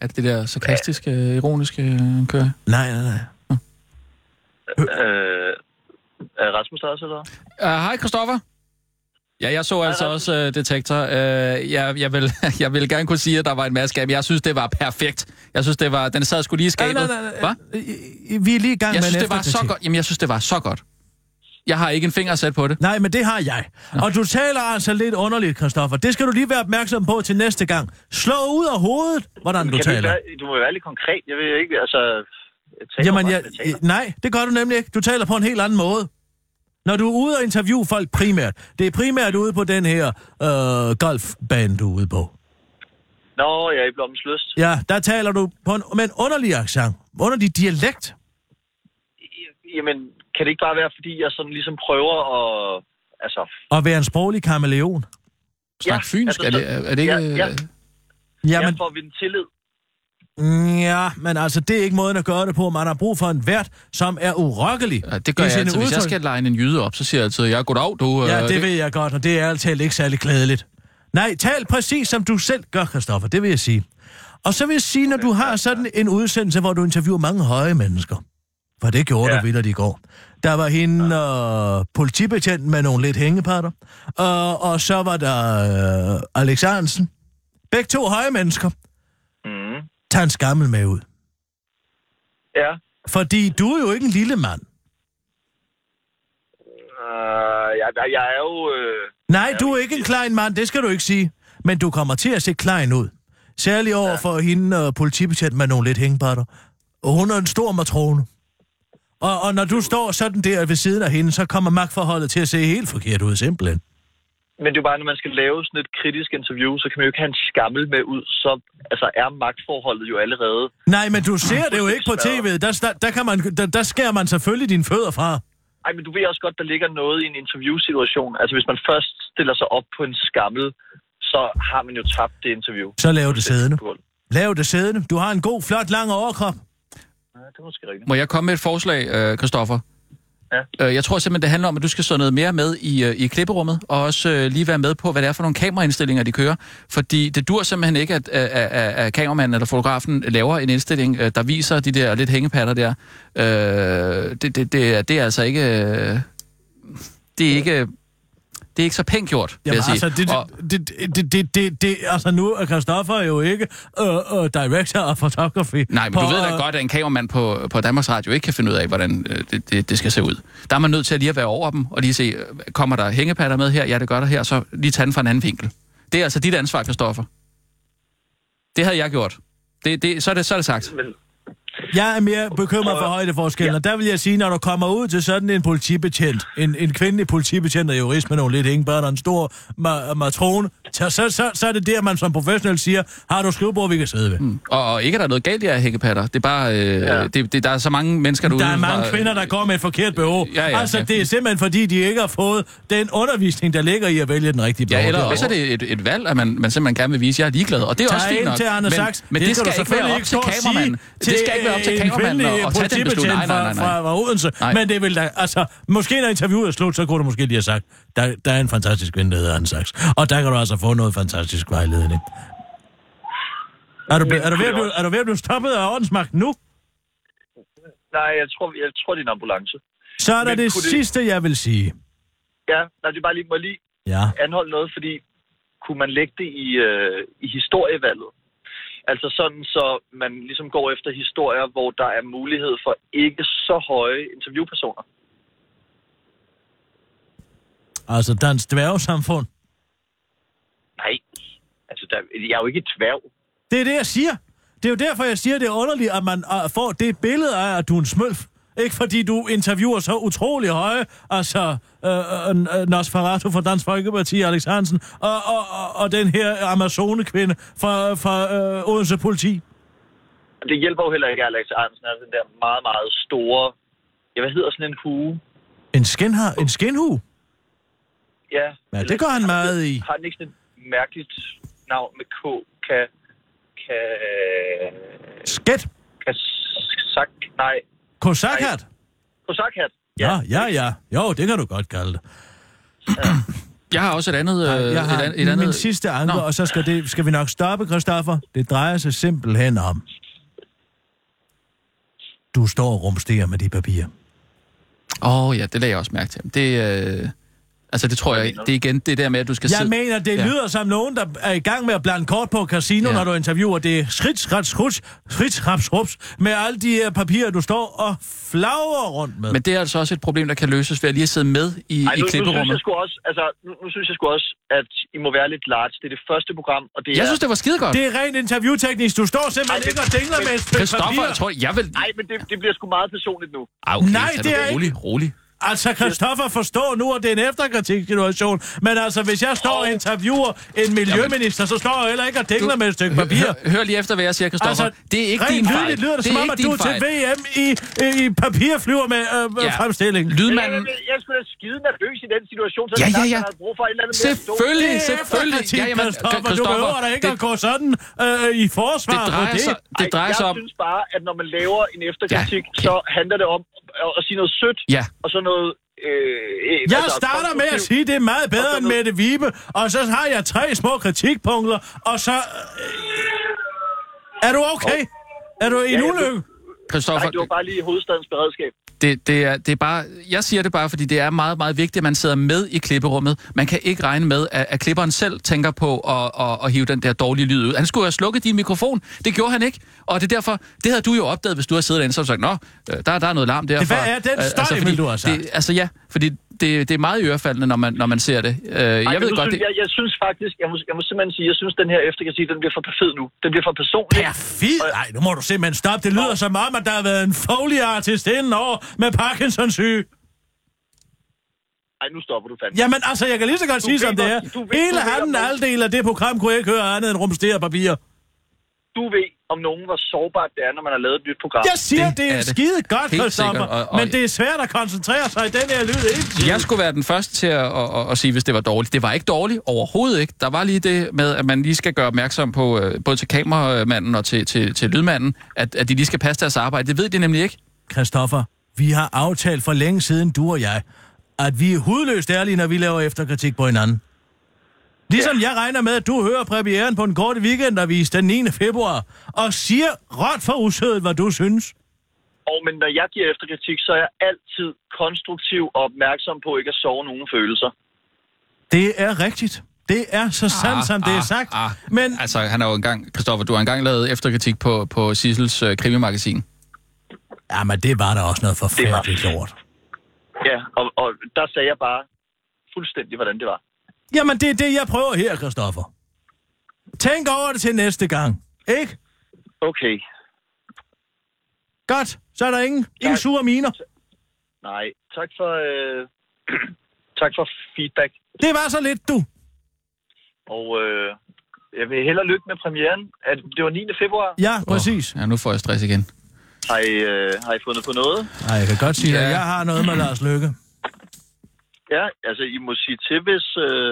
[SPEAKER 6] Er det det der sarkastiske, øh, ironiske øh, køre?
[SPEAKER 4] Nej, nej, nej.
[SPEAKER 7] Øh, er Rasmus der også, eller hvad?
[SPEAKER 6] Øh, Hej, Christoffer. Ja, jeg så altså også øh, Detektor. Øh, jeg, jeg, vil, jeg vil gerne kunne sige, at der var en masse skab. Jeg synes, det var perfekt. Jeg synes, det var... Den sad skulle lige i skabet. Hva?
[SPEAKER 4] Hva? Vi er lige i gang
[SPEAKER 6] Jeg
[SPEAKER 4] med
[SPEAKER 6] synes,
[SPEAKER 4] en
[SPEAKER 6] det var så
[SPEAKER 4] efterkritik.
[SPEAKER 6] godt. Jamen, jeg synes, det var så godt. Jeg har ikke en finger sat på det.
[SPEAKER 4] Nej, men det har jeg. Og du taler altså lidt underligt, Christoffer. Det skal du lige være opmærksom på til næste gang. Slå ud af hovedet, hvordan du
[SPEAKER 7] Kan ikke
[SPEAKER 4] taler.
[SPEAKER 7] være, du må være lidt konkret. Jeg vil ikke, altså... Jeg taler
[SPEAKER 4] Jamen,
[SPEAKER 7] bare,
[SPEAKER 4] jeg,
[SPEAKER 7] jeg taler.
[SPEAKER 4] nej, det gør du nemlig ikke. Du taler på en helt anden måde. Når du er ude og interviewe folk primært, det er primært ude på den her øh, golfbane, du er ude på.
[SPEAKER 7] Nå, jeg er i Blommens Lyst.
[SPEAKER 4] Ja, der taler du på en, med en underlig accent, underlig dialekt.
[SPEAKER 7] Jamen, kan det ikke bare være, fordi jeg sådan ligesom prøver at... Altså,
[SPEAKER 4] Og være en sproglig kameleon.
[SPEAKER 6] Snak
[SPEAKER 7] Ja,
[SPEAKER 6] fynsk,
[SPEAKER 7] altså,
[SPEAKER 6] er, det,
[SPEAKER 7] så-
[SPEAKER 6] er det ikke...
[SPEAKER 7] ja, ja.
[SPEAKER 6] øh,
[SPEAKER 7] Jamen...
[SPEAKER 4] Jamen,
[SPEAKER 7] jeg får vinde tillid.
[SPEAKER 4] mm, ja, men altså, det er ikke måden at gøre det på. Man har brug for en vært, som er urokkelig.
[SPEAKER 6] Ja, det gør
[SPEAKER 4] i
[SPEAKER 6] jeg
[SPEAKER 4] sine
[SPEAKER 6] altid. Hvis jeg
[SPEAKER 4] udtryk.
[SPEAKER 6] skal legne en jyde op, så siger jeg altid, ja, goddag, du... øh,
[SPEAKER 4] Ja, det, ved jeg godt, og det er altid ikke særlig klædeligt. Nej, tal præcis som du selv gør, Christoffer, det vil jeg sige. Og så vil jeg sige, når du har sådan en udsendelse, hvor du interviewer mange høje mennesker, for det gjorde ja.
[SPEAKER 7] Ja.
[SPEAKER 4] du vildt i går. Der var hende ja. øh, politibetjenten med nogle lidt hængepatter, øh, og så var der øh, Alex Arensen. Begge to høje mennesker.
[SPEAKER 7] Mm.
[SPEAKER 4] Tag en skammel med ud.
[SPEAKER 7] Ja.
[SPEAKER 4] Fordi du er jo ikke en lille mand.
[SPEAKER 7] Uh, jeg, jeg, jeg er jo... Øh,
[SPEAKER 4] Nej, du er ikke en klein mand, det skal du ikke sige. Men du kommer til at se klein ud. Særligt over ja. for hende og politibetjenten med nogle lidt hængepatter. Og hun er en stor matrone. Og, og når du står sådan der ved siden af hende, så kommer magtforholdet til at se helt forkert ud, simpelthen.
[SPEAKER 7] men det er jo bare, når man skal lave sådan et kritisk interview, så kan man jo ikke have en skammel med ud, så altså, er magtforholdet jo allerede.
[SPEAKER 4] Nej, men du ser det jo ikke på tv. Der, sta- der, kan man, der, der skærer man selvfølgelig dine fødder fra.
[SPEAKER 7] Ej, men du ved også godt, der ligger noget i en interviewsituation. Altså, hvis man først stiller sig op på en skammel, så har man jo tabt det interview.
[SPEAKER 4] Så lav det siddende.
[SPEAKER 7] På gulvet.
[SPEAKER 4] Lav det siddende. Du har en god, flot, lang overkrop.
[SPEAKER 7] Ja, det er måske rigtigt.
[SPEAKER 6] Må jeg komme med et forslag, øh, Christoffer? Ja. Øh, jeg tror simpelthen, det handler om, at du skal så noget mere med i, øh, i klipperummet, og også øh, lige være med på, hvad det er for nogle kameraindstillinger, de kører. Fordi det dur simpelthen ikke, at, at, at, at kameramanden eller fotografen laver en indstilling, øh, der viser de der lidt hængepatter der. Øh, det, det, det, er- det er altså ikke... Øh, det er ikke... Det er ikke så pænt gjort, vil
[SPEAKER 4] Jamen,
[SPEAKER 6] jeg sige.
[SPEAKER 4] altså, det,
[SPEAKER 6] og,
[SPEAKER 4] det, det, det, det, det, det, altså, nu er Christoffer jo ikke øh, øh, director of photography.
[SPEAKER 6] Nej, men du
[SPEAKER 4] på,
[SPEAKER 6] ved da
[SPEAKER 4] øh,
[SPEAKER 6] godt, at en kameramand på, på Danmarks Radio ikke kan finde ud af, hvordan øh, det, det, det skal se ud. Der er man nødt til at lige at være over dem, og lige se, øh, kommer der hængepatter med her? Ja, det gør der her, så lige tage den fra en anden vinkel. Det er altså dit ansvar, Kristoffer. Det havde jeg gjort. Det, det, så, er det, så er det sagt.
[SPEAKER 7] Men
[SPEAKER 4] Jeg er mere bekymret for højdeforskellen, og der vil jeg sige, når du kommer ud til sådan en politibetjent, en, en kvindelig politibetjent og jurist med nogle lidt hængebørn og en stor ma- matron, så, så, så, så er det der, man som professionel siger, har du et skrivebord, vi kan sidde ved. Mm.
[SPEAKER 6] Og, og ikke er der noget galt i at have hængepatter. Det er bare... Øh, ja. det, det, der er så mange mennesker derude...
[SPEAKER 4] Der er mange
[SPEAKER 6] fra-
[SPEAKER 4] kvinder, der går med et forkert behov.
[SPEAKER 6] Ja, ja,
[SPEAKER 4] altså,
[SPEAKER 6] ja.
[SPEAKER 4] det er simpelthen fordi, de ikke har fået den undervisning, der ligger i at vælge den rigtige
[SPEAKER 6] Ja, eller
[SPEAKER 4] behov.
[SPEAKER 6] også er det et, et valg, at man, man simpelthen gerne vil vise, at jeg er ligeglad. Og det er
[SPEAKER 4] Tag
[SPEAKER 6] også fint
[SPEAKER 4] ind
[SPEAKER 6] nok.
[SPEAKER 4] til Arne
[SPEAKER 6] men,
[SPEAKER 4] Sachs.
[SPEAKER 6] men det,
[SPEAKER 4] du
[SPEAKER 6] skal da ikke være
[SPEAKER 4] selvfølgelig
[SPEAKER 6] op til
[SPEAKER 4] stå og sige
[SPEAKER 6] kameramanden. Det skal ikke være op til
[SPEAKER 4] en
[SPEAKER 6] kameramanden
[SPEAKER 4] kvindelig
[SPEAKER 6] at- at tage den
[SPEAKER 4] politibetjent
[SPEAKER 6] beslutning. Nej, nej, nej, nej.
[SPEAKER 4] Fra, fra Odense.
[SPEAKER 6] Nej.
[SPEAKER 4] Men det vil da, altså, måske når interviewet er slut, så kunne du måske lige have sagt, der, der er en fantastisk kvinde, der hedder Arne Sachs. Og der kan du altså få noget fantastisk vejledning. Er du, ble- er, du ved at blive, er du ved at blive stoppet af ordensmagten nu?
[SPEAKER 7] nej, jeg tror, jeg tror, det er en ambulance.
[SPEAKER 4] Så er der
[SPEAKER 7] Men
[SPEAKER 4] det
[SPEAKER 7] kunne det-
[SPEAKER 4] sidste, jeg vil sige.
[SPEAKER 7] Ja, nej, det er bare lige, må jeg lige
[SPEAKER 4] Ja.
[SPEAKER 7] anholde noget, fordi kunne man lægge det i, øh, i historievalget? Altså sådan, så man ligesom går efter historier, hvor der er mulighed for ikke så høje interviewpersoner.
[SPEAKER 4] Altså, dansk dværgesamfund.
[SPEAKER 7] Nej, altså der, jeg er jo ikke et tværv.
[SPEAKER 4] Det er det, jeg siger. Det er jo derfor, jeg siger, det er underligt, at man uh, får det billede af, at du er en smølf. Ikke fordi du interviewer så utrolig høje, altså øh, øh, øh, Nosferatu fra Dansk Folkeparti, Alex Hansen, og, og, og, og den her amazonekvinde fra, fra øh, Odense Politi.
[SPEAKER 7] Det hjælper jo heller ikke, at Alex Arnsen er den der meget, meget store... Ja, hvad hedder sådan en hue?
[SPEAKER 4] En, skinhar, en skinhu?
[SPEAKER 7] Ja,
[SPEAKER 4] Ja,
[SPEAKER 7] eller-
[SPEAKER 4] det går han meget i.
[SPEAKER 7] Har den ikke sådan et mærkeligt navn med K? Kan... Kan...
[SPEAKER 4] Skat?
[SPEAKER 7] Kan... Sak... Nej.
[SPEAKER 4] Kosakhat?
[SPEAKER 7] Kosakhat.
[SPEAKER 4] Ja, ja, ja. Jo, det kan du godt kalde det.
[SPEAKER 6] Jeg har også et andet... øh,
[SPEAKER 4] Jeg har
[SPEAKER 6] et, an- et
[SPEAKER 4] min
[SPEAKER 6] andet
[SPEAKER 4] sidste anker,
[SPEAKER 6] Nå.
[SPEAKER 4] og så skal, det, skal vi nok stoppe, Christoffer. Det drejer sig simpelthen om. Du står og rumsterer med de papirer.
[SPEAKER 6] Åh oh, ja, det lagde jeg også mærke til. Det, øh, altså det tror jeg ikke. Det er igen det der med, at du skal
[SPEAKER 4] Jeg
[SPEAKER 6] sidde...
[SPEAKER 4] mener, det
[SPEAKER 6] Ja.
[SPEAKER 4] lyder som nogen, der er i gang med at blande kort på et casino,
[SPEAKER 6] Ja.
[SPEAKER 4] ja. når du interviewer. Det er skridt, ret, skruts, skridt, raps, rups, med alle de her papirer, du står og flagrer rundt med.
[SPEAKER 6] Men det er altså også et problem, der kan løses ved at lige at sidde med i,
[SPEAKER 7] Ej,
[SPEAKER 6] i
[SPEAKER 7] nu, nu, synes jeg
[SPEAKER 6] klipperummet.
[SPEAKER 7] sgu også, altså, nu, nu synes jeg sgu også, at I må være lidt large. Det er det første program, og det
[SPEAKER 6] Jeg
[SPEAKER 7] er...
[SPEAKER 6] synes, det var skide godt.
[SPEAKER 4] Det er rent interviewteknisk. Du står simpelthen
[SPEAKER 7] Ej, det-
[SPEAKER 4] ikke og dingler
[SPEAKER 7] men-
[SPEAKER 4] med et stykke
[SPEAKER 6] Christoffer, jeg
[SPEAKER 4] papir.
[SPEAKER 6] tror, jeg vil...
[SPEAKER 7] Nej, men det, det bliver sgu meget personligt nu.
[SPEAKER 6] Ah, okay,
[SPEAKER 4] Nej,
[SPEAKER 6] tag
[SPEAKER 4] det er
[SPEAKER 6] rolig, rolig.
[SPEAKER 4] Altså, Christoffer forstår nu, at det er en efterkritiksituation, men altså, hvis jeg står og interviewer en miljøminister, så står jeg heller ikke og dingler
[SPEAKER 6] Du-
[SPEAKER 4] med et stykke papir.
[SPEAKER 6] Hør, hør lige efter, hvad jeg siger, Christoffer. Altså, det er ikke
[SPEAKER 4] rent
[SPEAKER 6] din fejl.
[SPEAKER 4] tydeligt lyder det,
[SPEAKER 6] det
[SPEAKER 4] som
[SPEAKER 6] er
[SPEAKER 4] om, at
[SPEAKER 6] ikke
[SPEAKER 4] du
[SPEAKER 6] din
[SPEAKER 4] til
[SPEAKER 6] fejl.
[SPEAKER 4] VM i, i, i papirflyver med øh,
[SPEAKER 6] Ja.
[SPEAKER 4] ja. fremstilling.
[SPEAKER 7] Jeg, jeg,
[SPEAKER 6] Lydmanden...
[SPEAKER 7] jeg, er sgu da skide nervøs i den situation, så
[SPEAKER 6] Ja,
[SPEAKER 7] det er
[SPEAKER 6] ja, ja.
[SPEAKER 7] klart, man har brug for et eller andet mere stål.
[SPEAKER 6] Selvfølgelig,
[SPEAKER 4] Det er
[SPEAKER 6] selvfølgelig.
[SPEAKER 4] efterkritik, Christoffer. Du
[SPEAKER 6] Christoffer,
[SPEAKER 4] behøver da ikke
[SPEAKER 6] det-
[SPEAKER 4] at gå sådan øh, i
[SPEAKER 6] det
[SPEAKER 4] forsvar på
[SPEAKER 6] drejer
[SPEAKER 4] det.
[SPEAKER 6] sig, det
[SPEAKER 7] Ej,
[SPEAKER 6] drejer sig
[SPEAKER 7] jeg
[SPEAKER 6] om...
[SPEAKER 7] synes bare, at når man laver en efterkritik,
[SPEAKER 6] Ja, okay.
[SPEAKER 7] ja. så handler det om at, at sige noget sødt,
[SPEAKER 6] Ja.
[SPEAKER 7] og så noget... Øh,
[SPEAKER 4] Jeg starter med at sige, at det er meget bedre end Mette Vibe, og så har jeg tre små kritikpunkter, og så... øh, Er du okay? Er du i en
[SPEAKER 7] jeg-
[SPEAKER 4] ulykke?
[SPEAKER 6] Christoffer,
[SPEAKER 7] Nej, det var bare lige hovedstadens beredskab.
[SPEAKER 6] Det, det, er, det er bare, jeg siger det bare, fordi det er meget, meget vigtigt, at man sidder med i klipperummet. Man kan ikke regne med, at, at klipperen selv tænker på at, at, at hive den der dårlige lyd ud. Han skulle jo have slukket din mikrofon. Det gjorde han ikke. Og det er derfor, det havde du jo opdaget, hvis du havde siddet derinde, så havde du sagt, nå, øh, der, der er noget larm derfra.
[SPEAKER 4] hvad er den
[SPEAKER 6] Øh,
[SPEAKER 4] støj, ville du have sagt?
[SPEAKER 6] Det, altså ja, fordi det, det er meget ørefaldende, når man, når man ser det. Øh,
[SPEAKER 7] Ej,
[SPEAKER 6] jeg
[SPEAKER 7] men
[SPEAKER 6] ved
[SPEAKER 7] nu
[SPEAKER 6] godt,
[SPEAKER 7] synes,
[SPEAKER 6] det...
[SPEAKER 7] jeg, jeg synes faktisk, jeg må, jeg må simpelthen sige, jeg synes, den her efterkritik, den bliver for fed nu. Den bliver for personlig.
[SPEAKER 4] Perfid? Nej, nu må du simpelthen stoppe. Det lyder som om, at der har været en folieartist inden over med Parkinsons syge.
[SPEAKER 7] Nej, nu stopper du fandme.
[SPEAKER 4] Jamen altså, jeg kan lige så godt
[SPEAKER 7] Du
[SPEAKER 4] sige, som
[SPEAKER 7] ved
[SPEAKER 4] det er.
[SPEAKER 7] godt- du ved- du
[SPEAKER 4] Hele
[SPEAKER 7] ved
[SPEAKER 4] handen
[SPEAKER 7] godt-
[SPEAKER 4] halvdel af det program kunne jeg ikke høre andet end rumstere papirer.
[SPEAKER 7] du ved, om nogen, hvor sårbart det er, når man har lavet et nyt program.
[SPEAKER 4] Jeg siger, det,
[SPEAKER 6] Det
[SPEAKER 4] det er,
[SPEAKER 6] er det.
[SPEAKER 4] skide godt
[SPEAKER 6] Helt
[SPEAKER 4] for sommer,
[SPEAKER 6] sikkert, og- og-
[SPEAKER 4] men det er svært at koncentrere sig i den her lyd hele tiden.
[SPEAKER 6] Jeg skulle være den første til at, at, at, at sige, hvis det var dårligt. Det var ikke dårligt, overhovedet ikke. Der var lige det med, at man lige skal gøre opmærksom på, øh, både til kameramanden og til, til, til lydmanden, at, at de lige skal passe deres arbejde. Det ved de nemlig ikke.
[SPEAKER 4] Christoffer, vi har aftalt for længe siden, du og jeg, at vi er hudløst ærlige, når vi laver efterkritik på hinanden. Ligesom jeg regner med, at du hører premieren på en kort weekendavis den 9. februar, og siger råt for usødet, hvad du synes.
[SPEAKER 7] Og men når jeg giver efterkritik, så er jeg altid konstruktiv og opmærksom på ikke at sove nogen følelser.
[SPEAKER 4] Det er rigtigt. Det er så sandt, som det er sagt. Men
[SPEAKER 6] Ah, Altså, han har jo engang, Kristoffer, du har engang lavet efterkritik på, på Sissels øh, krimimagasin.
[SPEAKER 4] jamen, det var da også noget forfærdeligt lort.
[SPEAKER 7] Ja, og, og der sagde jeg bare fuldstændig, hvordan det var.
[SPEAKER 4] Jamen, det er det, jeg prøver her, Christoffer. Tænk over det til næste gang. Ikke?
[SPEAKER 7] Okay,
[SPEAKER 4] Godt. Så er der ingen, ingen sure miner.
[SPEAKER 7] nej. Tak for, øh, tak for feedback.
[SPEAKER 4] Det var så lidt, du.
[SPEAKER 7] Og øh, jeg vil hellere lykke med premieren. Er det det var 9. februar.
[SPEAKER 4] Ja, præcis.
[SPEAKER 6] Ja, nu får jeg stress igen.
[SPEAKER 7] Har I, øh, har I fundet på noget?
[SPEAKER 4] Nej, jeg kan godt sige
[SPEAKER 6] Ja.
[SPEAKER 4] ja. at jeg har noget med Lars Lykke.
[SPEAKER 7] Ja, altså I må sige til, hvis, øh,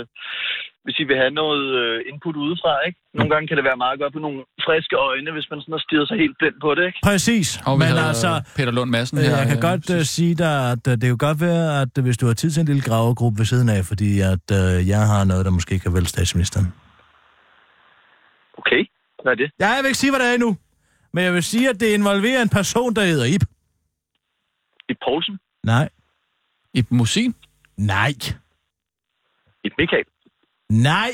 [SPEAKER 7] hvis I vil have noget øh, input udefra, ikke? Nogle gange kan det være meget godt på nogle friske øjne, hvis man sådan har stirret sig helt blind på det, ikke?
[SPEAKER 4] Præcis.
[SPEAKER 6] Og vi
[SPEAKER 4] Men
[SPEAKER 6] havde
[SPEAKER 4] altså,
[SPEAKER 6] Peter Lund Madsen
[SPEAKER 4] øh,
[SPEAKER 6] her.
[SPEAKER 4] jeg kan
[SPEAKER 6] øh,
[SPEAKER 4] godt øh, sige dig, at øh, det er jo godt være, at øh, hvis du har tid til en lille gravegruppe ved siden af, fordi at øh, jeg har noget, der måske kan vælge statsministeren.
[SPEAKER 7] Okay, hvad er det?
[SPEAKER 4] Ja, jeg vil ikke sige, hvad det er endnu. Men jeg vil sige, at det involverer en person, der hedder Ip.
[SPEAKER 7] I Poulsen?
[SPEAKER 4] Nej.
[SPEAKER 6] I musin?
[SPEAKER 4] Nej.
[SPEAKER 7] I Michael?
[SPEAKER 4] Nej.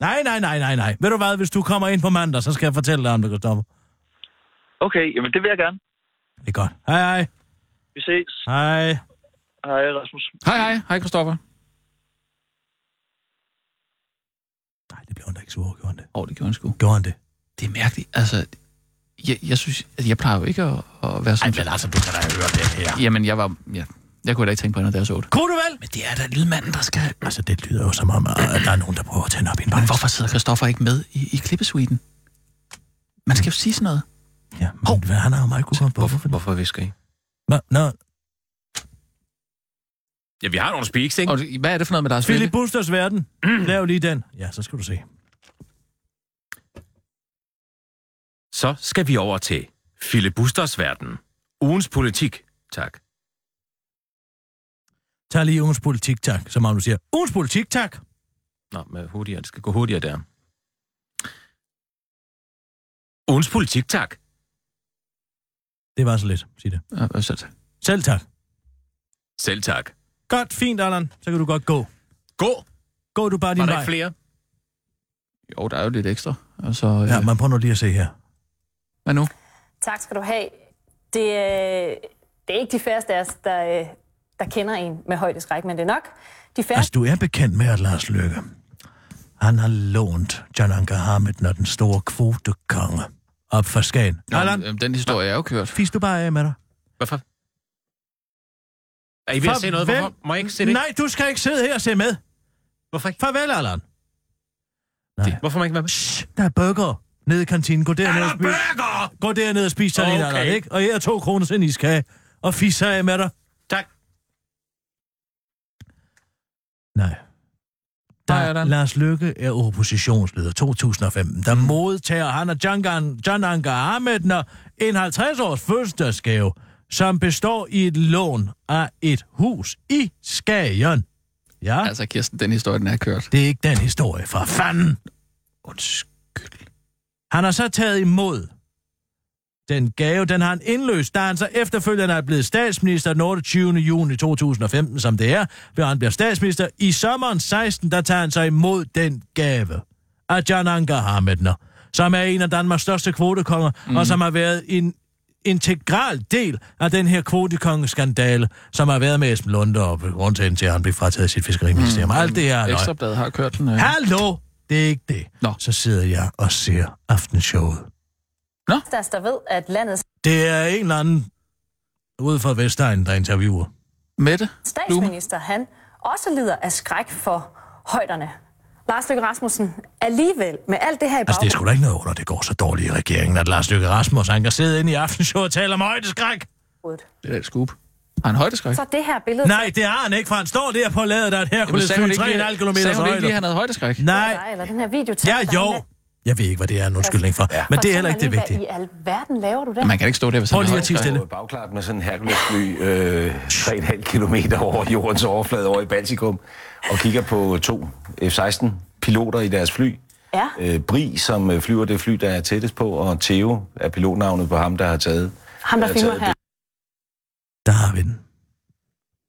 [SPEAKER 4] Nej, nej, nej, nej, nej. Ved du hvad, hvis du kommer ind på mandag, så skal jeg fortælle dig om det, Kristoffer.
[SPEAKER 7] Okay, jamen det vil jeg gerne.
[SPEAKER 4] Det er godt. Hej, hej.
[SPEAKER 7] Vi ses.
[SPEAKER 4] Hej.
[SPEAKER 7] Hej, Rasmus.
[SPEAKER 6] Hej, hej. Hej, Kristoffer.
[SPEAKER 4] Nej, det blev han da ikke sur, over, gjorde han det?
[SPEAKER 6] Åh, oh, det gjorde han sgu.
[SPEAKER 4] Gjorde han det?
[SPEAKER 6] Det er mærkeligt. Altså, jeg, jeg synes, at jeg plejer jo ikke at, at være sådan. Ej, men altså, du kan da høre det her. Jamen, jeg var... Ja. Jeg kunne da ikke tænke på andet, da jeg så det.
[SPEAKER 4] Kunne du vel?
[SPEAKER 6] Men det er da lydmanden, der skal...
[SPEAKER 4] Altså, det lyder jo som om, at der er nogen, der prøver at tænde op i en
[SPEAKER 6] Men
[SPEAKER 4] bank.
[SPEAKER 6] hvorfor sidder Christoffer ikke med i, i klippesuiten? Man skal jo sige sådan noget.
[SPEAKER 4] Ja, men hvad, han har jo meget god på. Hvorfor?
[SPEAKER 8] Hvorfor visker I?
[SPEAKER 4] Nå, nå,
[SPEAKER 2] Ja, vi har nogle speaks, ikke?
[SPEAKER 6] Og det- hvad er det for noget med Lars
[SPEAKER 4] Philip
[SPEAKER 6] Philip?
[SPEAKER 4] Busters verden. Lav lige den. Ja, så skal du se.
[SPEAKER 2] Så skal vi over til Filibusters verden. Ugens politik, tak.
[SPEAKER 4] Tag lige ugens politik, tak. Som om du siger, ugens politik, tak.
[SPEAKER 2] Nå, med hurtigere. Det skal gå hurtigere der. Ugens politik, tak.
[SPEAKER 4] Det var så lidt, sig det. Selv tak.
[SPEAKER 2] Selv tak.
[SPEAKER 4] Godt, fint, Allan. Så kan du godt gå.
[SPEAKER 2] Gå!
[SPEAKER 4] Gå du bare
[SPEAKER 2] Var
[SPEAKER 4] din
[SPEAKER 2] der
[SPEAKER 4] vej.
[SPEAKER 2] ikke flere?
[SPEAKER 6] Jo, der er jo lidt ekstra. Altså, øh,
[SPEAKER 4] Ja, man prøver nu lige at se her.
[SPEAKER 6] hvad nu?
[SPEAKER 9] Tak skal du have. Det, øh, det er ikke de færreste af os, der, øh, der kender en med højdeskræk, men det er nok. De færreste
[SPEAKER 4] Altså, du er bekendt med, at Lars Løkke, han har lånt John Anker Hamid, når den store kvotekonge op fra Skagen.
[SPEAKER 6] Nå,
[SPEAKER 4] Allan,
[SPEAKER 6] øh, den historie er jo kørt.
[SPEAKER 4] fis du bare af med dig.
[SPEAKER 2] Hvorfor? Er I ved at
[SPEAKER 4] For
[SPEAKER 2] se noget?
[SPEAKER 4] hvem?
[SPEAKER 2] Hvorfor? Må jeg ikke se det?
[SPEAKER 4] Nej, du skal ikke sidde her og se med.
[SPEAKER 2] Hvorfor ikke?
[SPEAKER 4] Farvel, Allan.
[SPEAKER 2] Det. Hvorfor må jeg ikke være med?
[SPEAKER 4] Shh, der er burger nede i kantinen. Gå derned og spis.
[SPEAKER 2] burger!
[SPEAKER 4] Gå derned og spis sådan okay. en,
[SPEAKER 2] Okay.
[SPEAKER 4] Allan, ikke? Og her er to kroner til en iskage. Og fisse af med dig.
[SPEAKER 2] Tak.
[SPEAKER 4] Nej.
[SPEAKER 6] Nej,
[SPEAKER 4] Der,
[SPEAKER 6] Allan.
[SPEAKER 4] Lars Lykke er oppositionsleder 2015. Der modtager han og John, Gan- John Anker Ahmedner en 50-års fødselsdagsgave, som består i et lån af et hus i Skagen. Ja, altså.
[SPEAKER 6] Altså, Kirsten, den historie, den er kørt.
[SPEAKER 4] det er ikke den historie fra fanden.
[SPEAKER 6] Undskyld.
[SPEAKER 4] Han har så taget imod den gave, den har han indløst, da han så efterfølgende er blevet statsminister den 28. juni 2015, som det er, hvor han bliver statsminister. I sommeren 16, der tager han så imod den gave af John Anker Hamedner, som er en af Danmarks største kvotekonger, mm. og som har været en integral del af den her kvotekongeskandale, som har været med Esben Lunde og grundtagen til, at han blev frataget sit fiskeriministerium. Mm. Alt det her. løg.
[SPEAKER 6] Ekstrabladet har kørt den. Øh.
[SPEAKER 4] Hallo! Det er ikke det.
[SPEAKER 6] Nå.
[SPEAKER 4] Så sidder jeg og ser aftenshowet.
[SPEAKER 9] af os, der ved, at landets
[SPEAKER 4] Det er en eller anden ude fra Vestegn, der interviewer.
[SPEAKER 6] Mette?
[SPEAKER 9] statsminister, han også lider af skræk for højderne. Lars Løkke Rasmussen alligevel med alt det her i
[SPEAKER 4] Altså, det er
[SPEAKER 9] baggrunden.
[SPEAKER 4] sgu da ikke noget under, det går så dårligt i regeringen, at Lars Løkke Rasmussen han kan sidde inde i aftenshowet og tale om højdeskræk.
[SPEAKER 6] Det er et scoop. Har han højdeskræk?
[SPEAKER 9] Så er det her billede...
[SPEAKER 4] Nej, det har han ikke, for han står der på ladet af et Hercules fly, 3,5
[SPEAKER 6] sagde
[SPEAKER 4] km
[SPEAKER 6] hun ikke lige, at
[SPEAKER 4] højde.
[SPEAKER 6] han havde højdeskræk?
[SPEAKER 4] Nej,
[SPEAKER 9] Eller den her video
[SPEAKER 4] ja jo. Jeg ved ikke, hvad det er en undskyldning for, men det er heller ikke det vigtige.
[SPEAKER 9] Hvad i alverden laver du det?
[SPEAKER 6] Man kan ikke stå der, hvis
[SPEAKER 4] Prøv
[SPEAKER 6] han har
[SPEAKER 4] lige at tige
[SPEAKER 6] højdeskræk.
[SPEAKER 4] stille.
[SPEAKER 8] Bagklart med sådan en Hercules-fly øh, 3,5 km over jordens overflade over i Baltikum og kigger på to F-16-piloter i deres fly.
[SPEAKER 9] Ja.
[SPEAKER 8] Øh, Bri, som øh, flyver det fly, der er tættest på, og Theo er pilotnavnet på ham, der har taget...
[SPEAKER 9] Ham, der
[SPEAKER 8] har
[SPEAKER 9] filmer
[SPEAKER 8] taget
[SPEAKER 9] her.
[SPEAKER 4] Der har vi den.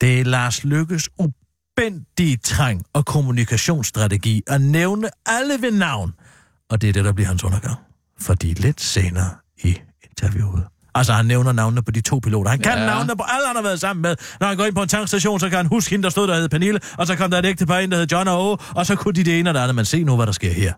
[SPEAKER 4] Det er Lars Lykkes ubendige trang og kommunikationsstrategi at nævne alle ved navn. Og det er det, der bliver hans undergang. Fordi lidt senere i interviewet. Altså, han nævner navnene på de to piloter. Han kan ja.
[SPEAKER 6] Ja.
[SPEAKER 4] navnene på alle, han har været sammen med. Når han går ind på en tankstation, så kan han huske hende, der stod der hed Pernille. Og så kom der et ægtepar ind, der hed John og Åge. Og så kunne de det ene og det andet. Men se nu, hvad der sker her.